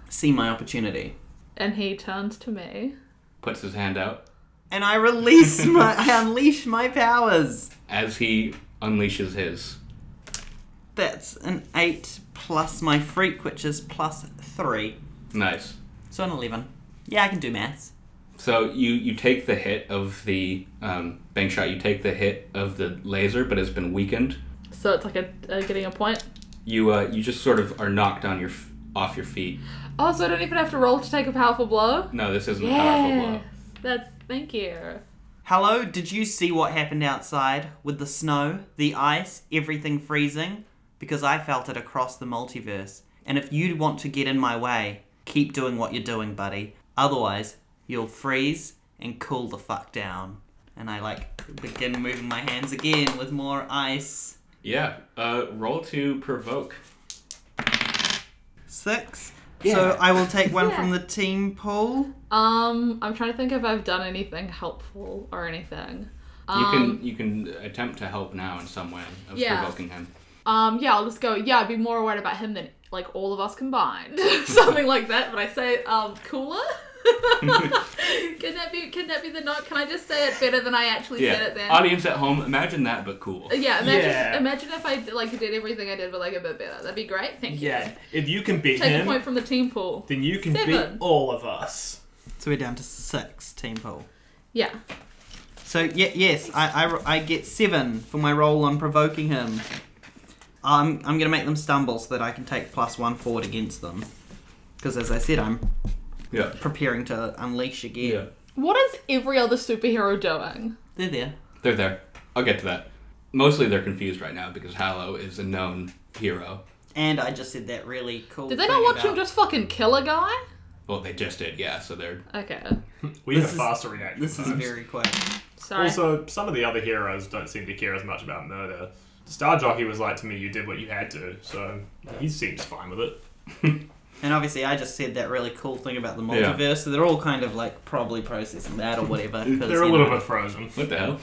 see my opportunity.
And he turns to me.
Puts his hand out.
And I release my, I unleash my powers.
As he unleashes his,
That's an eight plus my freak, which is plus three,
nice.
so an eleven. Yeah, I can do maths.
So you you take the hit of the um, bank shot. You take the hit of the laser, but it's been weakened.
So it's like a, a getting a point.
You uh, you just sort of are knocked on your f- off your feet.
Oh, so I don't even have to roll to take a powerful blow?
No, this isn't a powerful blow.
Yes. That's thank you.
Hello, did you see what happened outside with the snow, the ice, everything freezing? Because I felt it across the multiverse. And if you want to get in my way, keep doing what you're doing, buddy. Otherwise, you'll freeze and cool the fuck down. and I like begin moving my hands again with more ice.
Yeah. Uh, roll to provoke.
Six.
Yeah.
So I will take one
Yeah.
from the team pool.
Um, I'm trying to think if I've done anything helpful or anything.
You can you can attempt to help now in some way of
Um, Yeah.
provoking him.
Um, yeah, I'll just go, yeah, I'd be more worried about him than like all of us combined. Something like that, but I say, um, cooler? can that be can that be the note? Can I just say it better than I actually said it
Yeah.
then? Uh,
Audience at home, imagine that, but cool.
yeah, imagine
Yeah.
imagine if I like did everything I did but like a bit better. That'd be great. Thank
Yeah,
you.
if you can beat
Take a
him,
point from the team pool.
then you can
Seven.
beat all of us.
So we're down to six team pool.
Yeah.
So yeah, yes, I, I, I get seven for my roll on provoking him. I'm I'm gonna make them stumble so that I can take plus one forward against them. Because as I said, I'm
Yeah.
preparing to unleash again.
Yeah.
What is every other superhero doing?
They're there.
They're there. I'll get to that. Mostly they're confused right now because Hallow is a known hero.
And I just said that really cool.
Did they
thing
not watch him
about-
just fucking kill a guy?
Well, they just did, yeah. So they're
Okay.
We
This
have
is-
faster reaction
This is
times.
very quick.
Sorry.
Also, some of the other heroes don't seem to care as much about murder. Star Jockey was like to me, "You did what you had to," so he seems fine with it.
And obviously, I just said that really cool thing about the
Yeah.
multiverse. So they're all kind of like probably processing that or whatever. 'cause,
They're a
you
little
know,
bit frozen.
what the hell?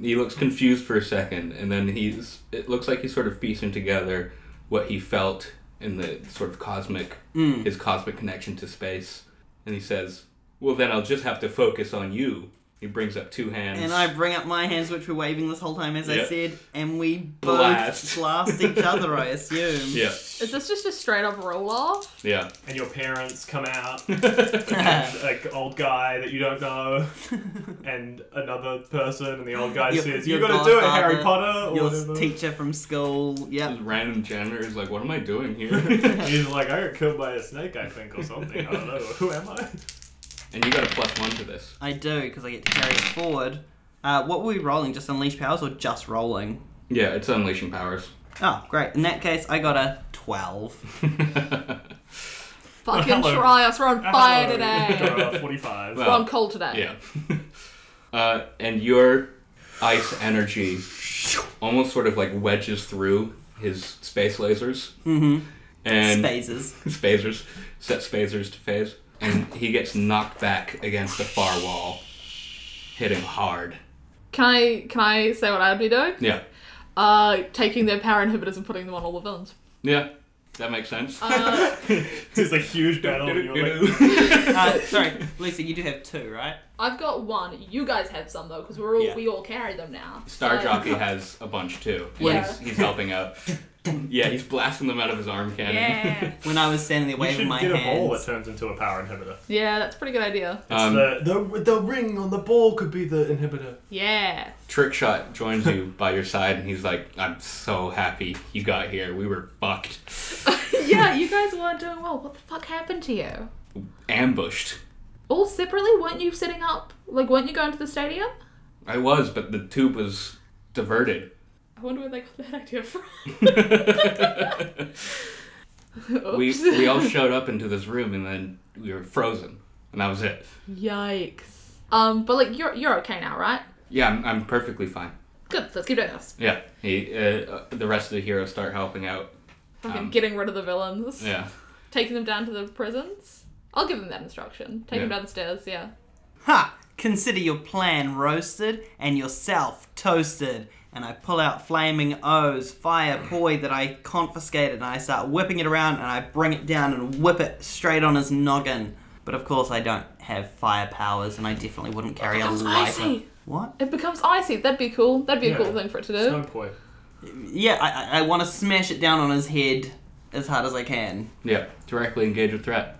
he looks confused for a second, and then he's it looks like he's sort of piecing together what he felt in the sort of cosmic
Mm.
his cosmic connection to space, and he says, "Well, then I'll just have to focus on you." He brings up two hands.
And I bring up my hands, which were waving this whole time, as I
Yep.
said, and we both
Blast.
blast each other. I assume.
yeah,
Is this just a straight up roll off?
yeah.
And your parents come out,
Yeah.
like old guy that you don't know, and another person, and the old guy
Your-
says, "You
your
gotta do it,
godfather,
Harry Potter." Or
Your
whatever.
teacher from school. Yep.
This random janitor is like, "What am I doing here?"
And he's like, "I got killed by a snake, I think, or something. I don't know. Who am I?"
and you got a plus one to this.
I do because I get to carry it forward. Uh, what were we rolling? Just unleash powers or just rolling?
Yeah, it's unleashing powers.
Oh, great. In that case, I got a twelve.
Fucking
Hello.
try us. We're on fire
Hello.
today.
Dora, Forty-five.
We're
Well-
on cold today.
Yeah. uh, and your ice energy almost sort of like wedges through his space lasers. Mm-hmm. And
Spazes.
spacers. Set spacers to phase. And he gets knocked back against the far wall, hitting hard.
Can I can I say what I'd be doing?
Yeah.
Uh, taking their power inhibitors and putting them on all the villains.
Yeah. That makes sense.
Um,
It's a huge battle. and you're like,
Uh, sorry, Lucy, you do have two, right?
I've got one. You guys have some though, because we're all
Yeah.
we all carry them now.
Star
So-
Jockey has a bunch too. and
Yeah.
He's, he's helping out. Yeah, he's blasting them out of his arm cannon. Um,
Yeah.
When I was standing there
you
waving
should
my
get a ball that
hands.
turns into a power inhibitor.
yeah, that's a pretty good idea.
Um,
the, the the ring on the ball could be the inhibitor.
Yes.
Trickshot joins you by your side, and he's like, "I'm so happy you got here. We were fucked,
yeah, you guys weren't doing well. What the fuck happened to you?
ambushed.
All separately? Weren't you setting up? Like, weren't you going to the stadium?
I was, but the tube was diverted.
I wonder where they got that idea from.
We
Oops.
we all showed up into this room, and then we were frozen, and that was it.
Yikes. Um, but like, you're you're okay now, right?
Yeah, I'm, I'm perfectly fine.
Good. Let's keep doing this.
Yeah, he, uh, uh, the rest of the heroes start helping out.
Fucking
Um,
getting rid of the villains.
Yeah,
Taking them down to the prisons. I'll give them that instruction. Take them
Yeah.
downstairs, yeah.
Ha! Consider your plan roasted and yourself toasted. And I pull out flaming O's, fire poi that I confiscated, and I start whipping it around, and I bring it down and whip it straight on his noggin. But of course, I don't have fire powers, and I definitely wouldn't carry a
That's
lighter.
icy.
What?
It becomes icy. That'd be cool. That'd be a
Yeah.
cool thing for it to do.
No point.
Yeah, I, I, I want to smash it down on his head as hard as I can.
yeah. Directly engage with threat.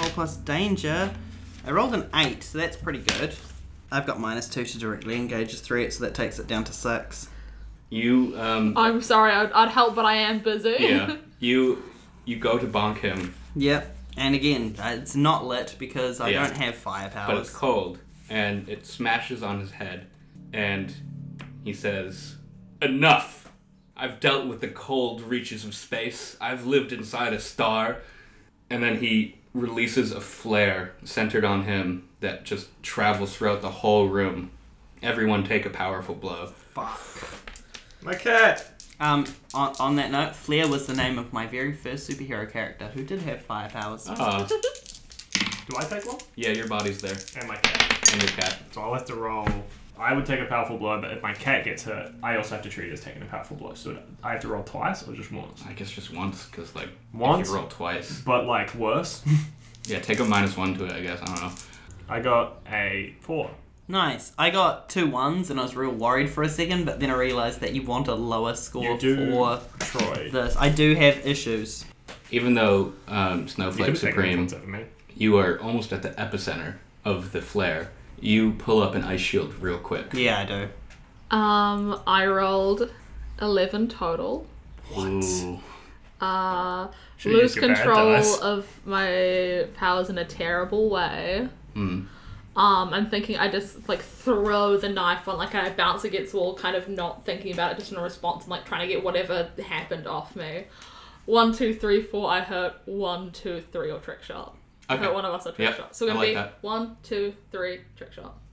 Roll plus danger. I rolled an eight, so that's pretty good. I've got minus two to directly engage as three, so that takes it down to six.
You um
I'm sorry, I'd, I'd help, but I am busy.
yeah you you go to bonk him,
Yep. And again, uh, it's not lit because I
Yeah.
don't have fire
but
powers.
it's cold and it smashes on his head and he says enough i've dealt with the cold reaches of space i've lived inside a star and then he releases a flare centered on him that just travels throughout the whole room. Everyone take a powerful blow.
Fuck.
My cat.
Um, on, on that note, Flair was the name of my very first superhero character who did have fire powers.
Ah,
Do I take one?
yeah, your body's there
And my cat.
and your cat.
So I'll have to roll. I would take a powerful blow, but if my cat gets hurt, I also have to treat it as taking a powerful blow. So I have to roll twice or just once.
I guess just once, because like
Once?
if you roll twice,
But like worse,
yeah, take a minus one to it. I guess I don't know.
I got a four.
Nice. I got two ones and I was real worried for a second, but then I realised that you want a lower score
You do,
for
Troy.
this. I do have issues.
Even though um,
You could
Snowflake
have taken
Supreme,
points over me.
you are almost at the epicenter of the flare. You pull up an ice shield real quick.
Yeah, I do.
Um, I rolled eleven total.
What?
Uh,
Should we
lose
use your bad
control
dice?
of my powers in a terrible way.
Mm.
Um, I'm thinking I just like throw the knife on, like I bounce against the wall, kind of not thinking about it, just in response and like trying to get whatever happened off me. One, two, three, four. I hurt one, two, three, or trick shot. I
Okay.
hurt one of us or trick
Yep,
shot. So
I
we're gonna
like
be
that.
one, two, three, trick shot.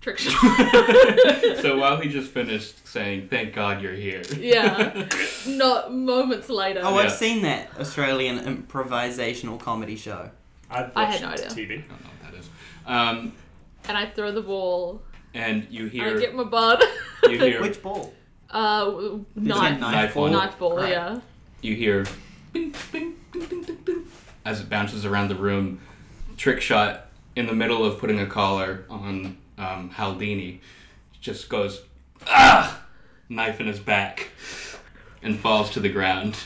Trick shot.
so while he just finished saying, "Thank God you're here,"
yeah. Not moments later.
Oh,
Yeah.
I've seen that Australian improvisational comedy show.
I've
I had
watched
no
TV.
I don't know what Oh, that is. Um,
and I throw the ball.
and you
And
hear
I get my bud.
you hear
Which ball?
uh, w- knife.
Knife
Knife
ball.
one.
Knife ball,
Right.
yeah.
you hear bing, bing, ding, ding, ding, ding, as it bounces around the room. Trick shot in the middle of putting a collar on um, Haldini just goes ah, knife in his back, and falls to the ground.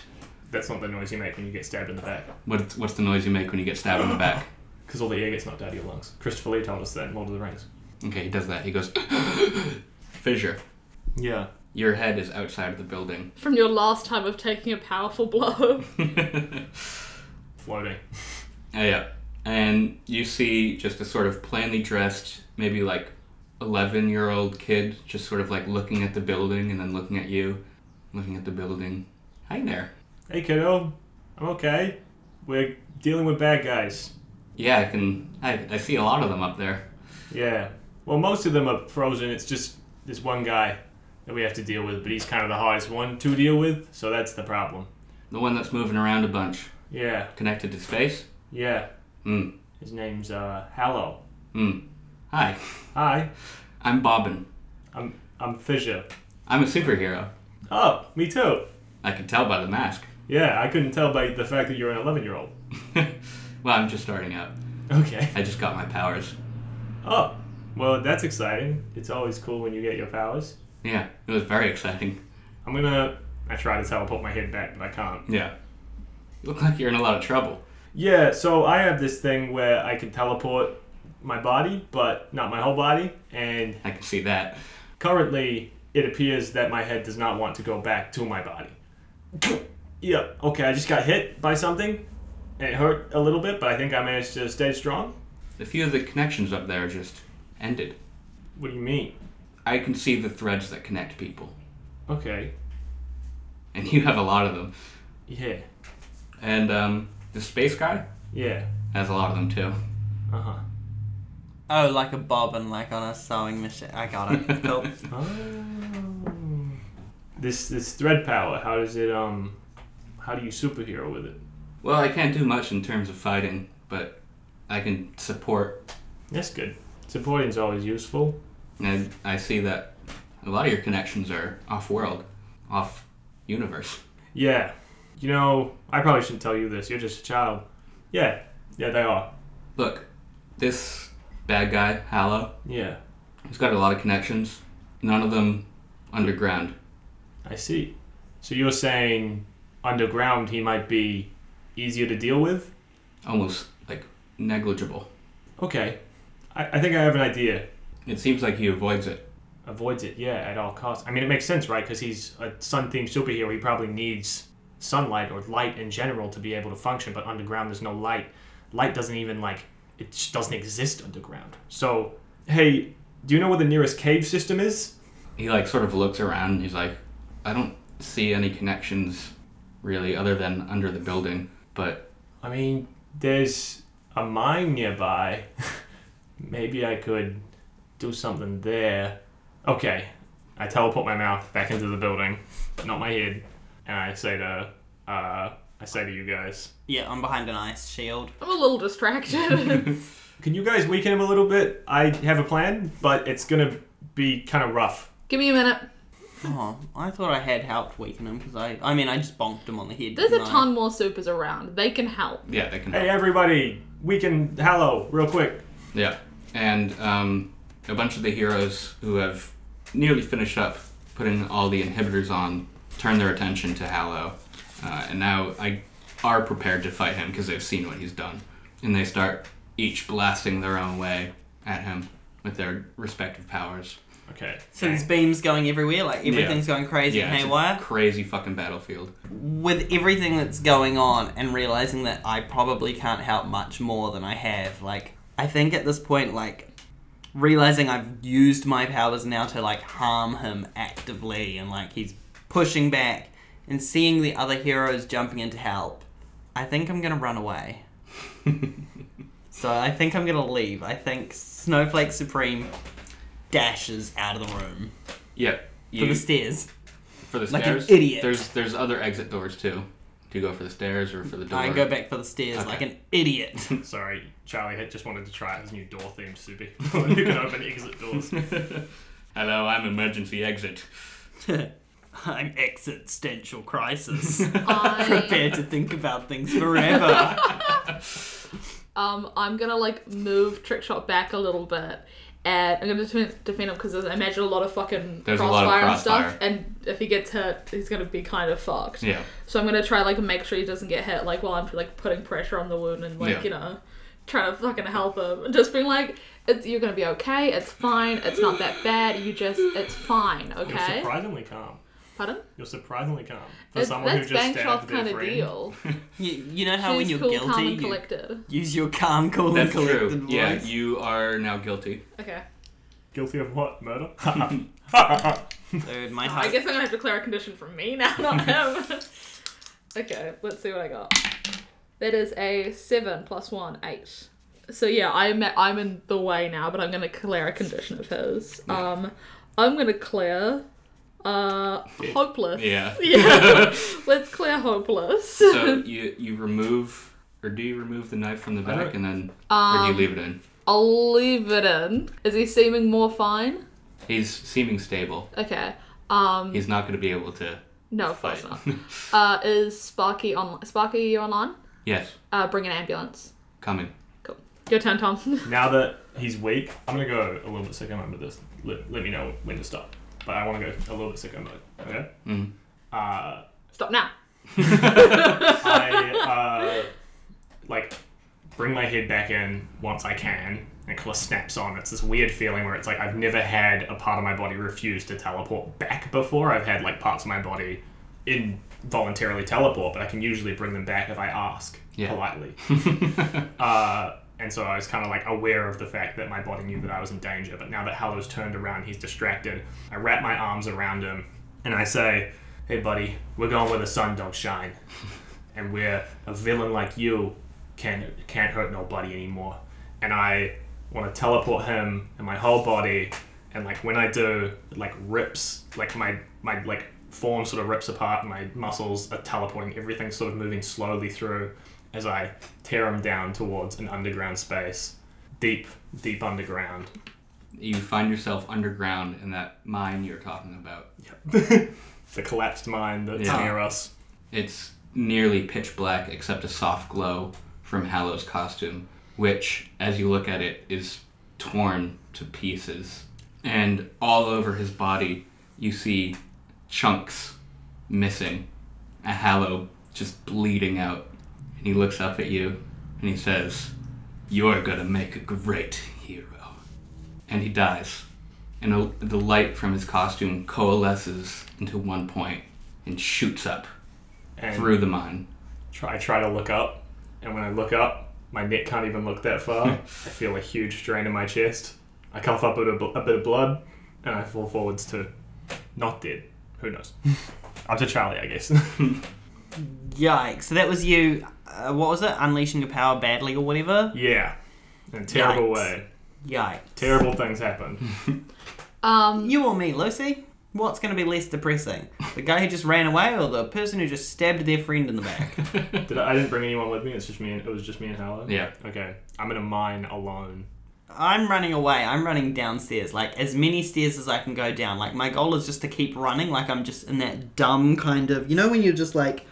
That's not the noise you make when you get stabbed in the back,
What, what's the noise you make when you get stabbed in the back?
because all the air gets knocked out of your lungs. Christopher Lee told us that in Lord of the Rings.
Okay, he does that. He goes fissure.
Yeah.
Your head is outside of the building.
From your last time of taking a powerful blow.
Floating.
Yeah, Oh, yeah. And you see just a sort of plainly dressed, maybe like 11 year old kid, just sort of like looking at the building and then looking at you, looking at the building. Hi there.
Hey, kiddo. I'm okay. We're dealing with bad guys.
Yeah, I can. I, I see a lot of them up there.
Yeah. Well, most of them are frozen. It's just this one guy that we have to deal with, but he's kind of the hardest one to deal with, so that's the problem.
The one that's moving around a bunch,
Yeah.
connected to space.
Yeah.
Hmm.
His name's, uh, Hallow.
Hmm. Hi.
Hi.
I'm Bobbin.
I'm, I'm Fisher.
I'm a superhero.
Oh, me too.
I can tell by the mask.
Yeah, I couldn't tell by the fact that you're an 11 year old.
well, I'm just starting out.
Okay.
I just got my powers.
Oh, well, that's exciting. It's always cool when you get your powers.
Yeah, it was very exciting.
I'm gonna. I try to teleport my head back, but I can't.
Yeah. You look like you're in a lot of trouble.
Yeah, so I have this thing where I can teleport my body, but not my whole body. And
I can see that.
currently, it appears that my head does not want to go back to my body. yep, okay, I just got hit by something. And it hurt a little bit, but I think I managed to stay strong.
A few of the connections up there just ended.
What do you mean?
I can see the threads that connect people,
Okay,
and you have a lot of them.
yeah,
And um, the space guy
yeah,
has a lot of them too.
uh huh.
Oh, like a bobbin, like on a sewing machine. I got it. Cool.
Oh. This this thread power. How does it um? How do you superhero with it?
Well, I can't do much in terms of fighting, but I can support.
That's good. Supporting's always useful.
And I see that a lot of your connections are off-world, off-universe.
Yeah. You know, I probably shouldn't tell you this. You're just a child. Yeah. Yeah, they are.
Look, this bad guy Hallow,
Yeah.
he's got a lot of connections. None of them underground.
I see. So you're saying underground he might be easier to deal with?
Almost like negligible.
Okay. I, I think I have an idea.
It seems like he avoids it.
Avoids it, yeah, at all costs. I mean, it makes sense, right? Because he's a sun themed superhero. He probably needs sunlight or light in general to be able to function, but underground there's no light. Light doesn't even, like, it just doesn't exist underground. So, hey, do you know where the nearest cave system is?
he like sort of looks around and he's like i don't see any connections really other than under the building but
I mean, there's a mine nearby. Maybe I could do something there. Okay. I teleport my mouth back into the building, not my head, and I say to, uh, I say to you guys,
Yeah, I'm behind an ice shield.
I'm a little distracted.
can you guys weaken him a little bit? I have a plan, but it's gonna be kind of rough.
Give me a minute.
Oh, I thought I had helped weaken him because I, I mean, I just bonked him on the head.
There's a
didn't I?
ton more supers around. They can help.
Yeah, they can.
Hey everybody, weaken Hallow real quick.
Yeah, and um, a bunch of the heroes who have nearly finished up putting all the inhibitors on turn their attention to Hallow, uh, and now I are prepared to fight him because they've seen what he's done, and they start each blasting their own way at him with their respective powers.
Okay.
So there's beams going everywhere, like everything's going crazy
Yeah,
and
it's a
haywire.
crazy fucking battlefield.
With everything that's going on and realizing that I probably can't help much more than I have, like, I think at this point, like, realizing I've used my powers now to, like, harm him actively and, like, he's pushing back and seeing the other heroes jumping in to help, I think I'm gonna run away. so I think I'm gonna leave. I think Snowflake Supreme dashes out of the room
Yep.
for
you-
the stairs.
for the
Like an
stairs.
idiot.
There's there's other exit doors too. Do you go for the stairs or for the door?
I go back for the stairs
Okay.
like an idiot.
Sorry, Charlie had just wanted to try his new door themed super. you can open exit doors.
Hello, I'm emergency exit.
I'm existential crisis.
I
Prepared to think about things forever.
um I'm gonna like move trick shot back a little bit. And I'm gonna defend, defend him because I imagine a lot of fucking
There's a lot
crossfire,
of
and
crossfire.
stuff. And if he gets hurt, he's gonna be kind of fucked.
Yeah.
So I'm gonna try like make sure he doesn't get hit, like while I'm like putting pressure on the wound and like
Yeah.
you know trying to fucking help him, and just being like, it's you're gonna be okay. It's fine. It's not that bad. You just it's fine.
You're
Okay.
surprisingly calm.
Pardon?
You're surprisingly calm for
It's,
someone who
that's
just
bank
stabbed their
kind of
friend.
deal.
you, you know how when
She's
you're
cool, calm,
guilty,
and
you
collected.
use your calm, cool,
That's
and collected
true.
voice.
Yeah, you are now guilty.
Okay.
Guilty of what? Murder?
Dude, my
I
Uh-huh.
heart.
guess I'm gonna have to declare a condition for me now, not him. okay, let's see what I got. That is a seven plus one, eight. So yeah, I'm I'm in the way now, but I'm gonna clear a condition of his. Um, I'm gonna clear, uh, hopeless.
Yeah.
Yeah. let's clear hopeless.
So you you remove or do you remove the knife from the back and then or do you leave it in?
I'll leave it in. Is he seeming more fine?
He's seeming stable.
Okay. Um,
He's not going to be able to
no, of
fight.
course not. Uh, is Sparky on? Sparky, you online?
yes,
Uh, bring an ambulance.
coming.
Cool. Your turn, Tom.
now that he's weak, I'm gonna go a little bit sicko mode with this. Let, let me know when to stop. But I want to go a little bit sicko mode. Okay.
Mm.
Uh,
Stop now.
I uh, like bring my head back in once I can. And Cliff snaps on. It's this weird feeling where it's like I've never had a part of my body refuse to teleport back before. I've had like parts of my body involuntarily teleport, but I can usually bring them back if I ask
Yeah.
politely. Uh, and so I was kind of like aware of the fact that my body knew that I was in danger. But now that Hallow's turned around, he's distracted. I wrap my arms around him and I say, Hey, buddy, we're going where the sun don't shine. And where a villain like you can, can't hurt nobody anymore. And I want to teleport him and my whole body. And like when I do, it like rips, like my, my like form sort of rips apart. My muscles are teleporting. Everything's sort of moving slowly through as I tear him down towards an underground space, deep, deep underground.
You find yourself underground in that mine you're talking about.
The collapsed mine that's
Yeah.
near us.
It's nearly pitch black except a soft glow from Hallow's costume, which, as you look at it, is torn to pieces. And all over his body, you see chunks missing, a Hallow just bleeding out. And he looks up at you and he says, You're gonna make a great hero. And he dies. And a, the light from his costume coalesces into one point and shoots up
And
through the mine.
try, I try to look up, and when I look up, my neck can't even look that far. I feel a huge strain in my chest. I cough up a bit of, bl- a bit of blood, and I fall forwards to not dead. Who knows? up to Charlie, I guess.
Yikes. So that was you, uh, what was it? Unleashing your power badly or whatever?
Yeah. In a terrible
Yikes.
way.
Yikes.
Terrible things happened.
Um,
You or me, Lucy? What's going to be less depressing? The guy who just ran away or the person who just stabbed their friend in the back?
Did I, I didn't bring anyone with me. It's just me. And, it was just me and Howard.
Yeah.
Okay. I'm in a mine alone.
I'm running away. I'm running downstairs, like as many stairs as I can go down. Like my goal is just to keep running. Like I'm just in that dumb kind of, you know, when you're just like,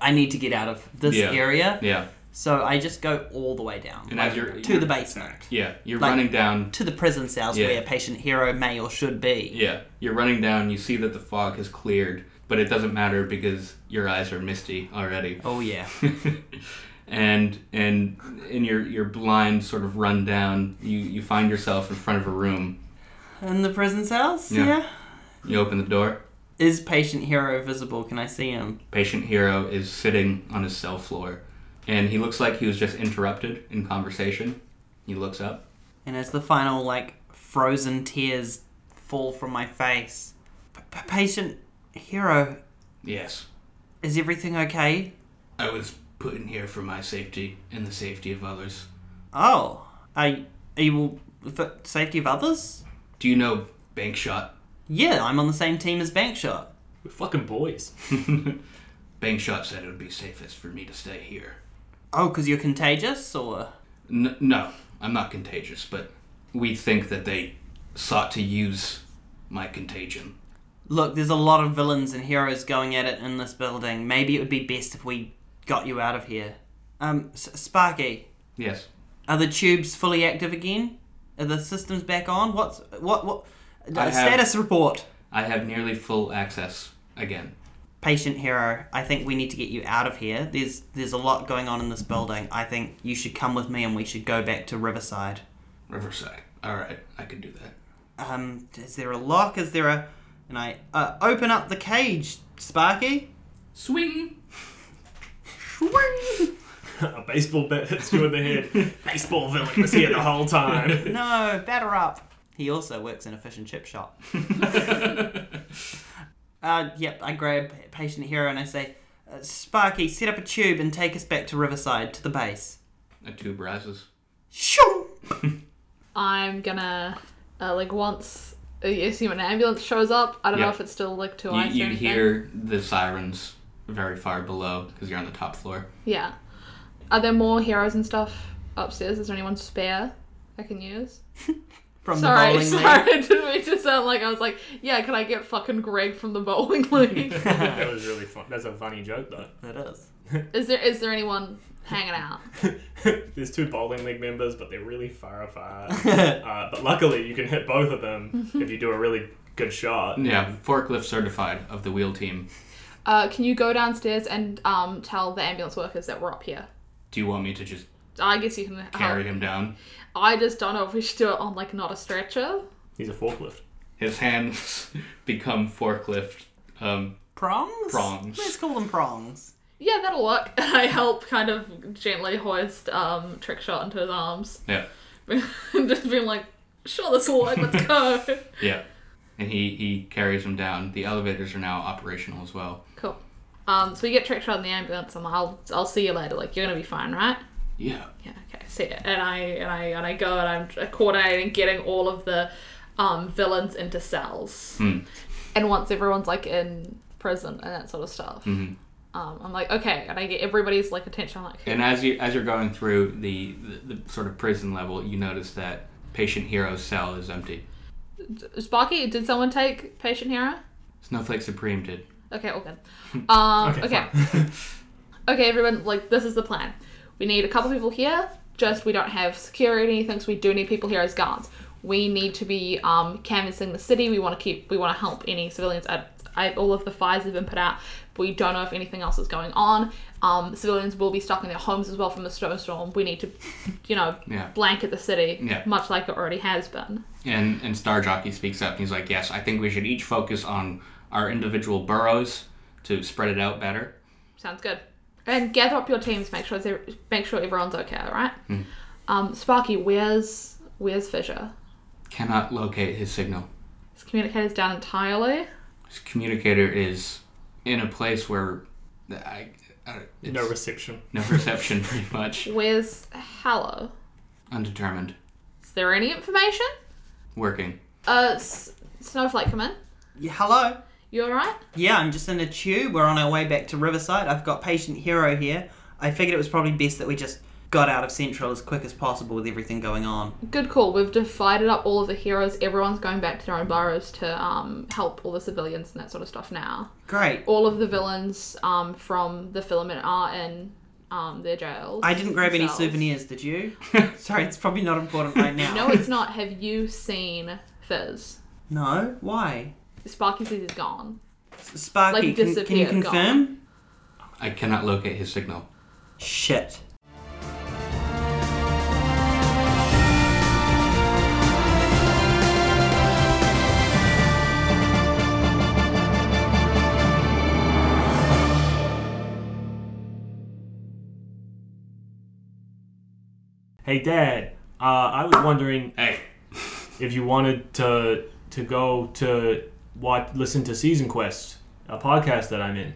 I need to get out of this
Yeah.
area.
Yeah.
So I just go all the way down,
And
like,
as you're-
to the basement,
Yeah. You're
Like-
running down.
to the prison cells
Yeah.
where a patient hero may or should be.
Yeah. You're running down. You see that the fog has cleared, but it doesn't matter because your eyes are misty already.
Oh yeah.
and and in your your blind sort of run down, you you find yourself in front of a room.
In the prison cells.
Yeah.
yeah.
You open the door.
Is patient hero visible? Can I see him?
Patient Hero is sitting on his cell floor, and he looks like he was just interrupted in conversation. He looks up.
And as the final, like, frozen tears fall from my face, P- p- patient hero,
Yes,
is everything okay?
I was put in here for my safety and the safety of others.
Oh, I, are you for safety of others?
Do you know bank shot?
Yeah, I'm on the same team as Bankshot.
We're fucking boys.
Bank shot said it would be safest for me to stay here.
Oh, because you're contagious, or
N- no, I'm not contagious, but we think that they sought to use my contagion.
look, there's a lot of villains and heroes going at it in this building. Maybe it would be best if we got you out of here. Um, S- Sparky,
Yes.
Are the tubes fully active again? Are the systems back on? What's what what?
I have-
status report.
I have nearly full access again.
Patient hero, I think we need to get you out of here. There's there's a lot going on in this building. I think you should come with me and we should go back to Riverside.
Riverside. Alright, I could do that.
Um, is there a lock? Is there a? And I uh, open up the cage, Sparky.
Swing!
a baseball bat hits you in the head. baseball villain was here the whole time.
No, batter up. He also works in a fish and chip shop. uh, yep, I grab patient hero and I say, uh, Sparky, set up a tube and take us back to Riverside to the base.
A tube rises.
Shoo!
I'm gonna uh, like once uh, you assume an ambulance shows up. I don't know
Yeah.
if it's still like two
You,
eyes. or
you'd
anything.
hear the sirens very far below because you're on the top floor.
Yeah. Are there more heroes and stuff upstairs? Is there anyone spare I can use?
From the
Sorry,
bowling
sorry,
league.
I didn't mean to sound like I was like, yeah, can I get fucking Greg from the bowling league?
that was really fun. That's a funny joke though.
It is.
is there is there anyone hanging out?
There's two bowling league members, but they're really far apart. uh, but luckily, you can hit both of them if you do a really good shot.
Yeah, forklift certified of the wheel team.
Uh, can you go downstairs and um, tell the ambulance workers that we're up here?
Do you want me to just
I guess you can help.
carry him down?
I just don't know if we should do it on like not a stretcher.
He's a forklift.
His hands become forklift. Um,
Prongs?
Prongs.
Let's call them prongs.
Yeah, that'll work. And I help kind of gently hoist um, Trickshot into his arms.
yeah,
just being like, sure, this will work, let's go.
yeah. And he, he carries him down. The elevators are now operational as well.
cool. Um, so we get Trickshot in the ambulance and I'll, I'll see you later. Like, you're gonna be fine, right?
Yeah.
Yeah, okay, see ya. And I, and I, and I go and I'm coordinating getting all of the um, villains into cells.
Hmm.
And once everyone's like in prison and that sort of stuff. Um, I'm like, okay, and I get everybody's like attention. I'm like,
And as you as you're going through the, the, the sort of prison level, you notice that patient hero's cell is empty.
Sparky, did someone take patient hero?
Snowflake Supreme did.
Okay, all good. Um,
Okay,
okay. Okay. everyone, like, this is the plan. We need a couple people here, just we don't have security, things. We do need people here as guards. We need to be um, canvassing the city. We want to keep, we want to help any civilians. I, I, all of the fires have been put out. We don't know if anything else is going on. Um, civilians will be stuck in their homes as well from the snowstorm. We need to, you know,
Yeah.
blanket the city,
Yeah.
much like it already has been.
And and Star Jockey speaks up and he's like, Yes, I think we should each focus on our individual boroughs to spread it out better.
Sounds good. And gather up your teams. Make sure they- make sure everyone's okay. All right. Um, Sparky, where's where's Fisher?
Cannot locate his signal.
His communicator's down entirely.
His communicator is in a place where I, I, it's
No reception.
no reception, pretty much.
Where's Hallow?
Undetermined.
Is there any information?
Working.
Uh, S- Snowflake, come in.
Yeah, hello.
You alright?
Yeah, I'm just in a tube. We're on our way back to Riverside. I've got patient hero here. I figured it was probably best that we just got out of Central as quick as possible with everything going on.
Good call. We've divided up all of the heroes. Everyone's going back to their own boroughs to um, help all the civilians and that sort of stuff now.
Great.
All of the villains um, from the filament are in um, their jails.
I didn't grab any
themselves.
souvenirs, did you? Sorry, it's probably not important right now.
No, it's not. Have you seen Fizz?
No? Why?
Sparky says he's gone.
S-
Like,
Sparky, can, can you
disappeared, gone.
confirm?
I cannot locate his signal.
Shit.
Hey, Dad. Uh, I was wondering
Hey,
if you wanted to to go to watch, listen to Season Quest, a podcast that I'm in.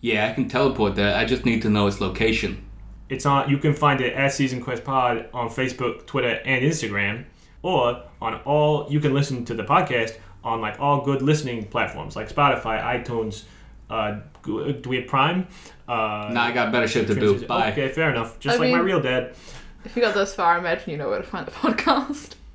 yeah, I can teleport there. I just need to know its location.
It's on. You can find it at Season Quest Pod on Facebook, Twitter, and Instagram, or on all. You can listen to the podcast on like all good listening platforms like Spotify, iTunes. Uh, Gu- do we have Prime? Uh,
Nah, I got better shit to do. Bye.
Okay, fair enough. Just
I
like my
mean-
real dad.
If you got this far, I imagine you know where to find the podcast.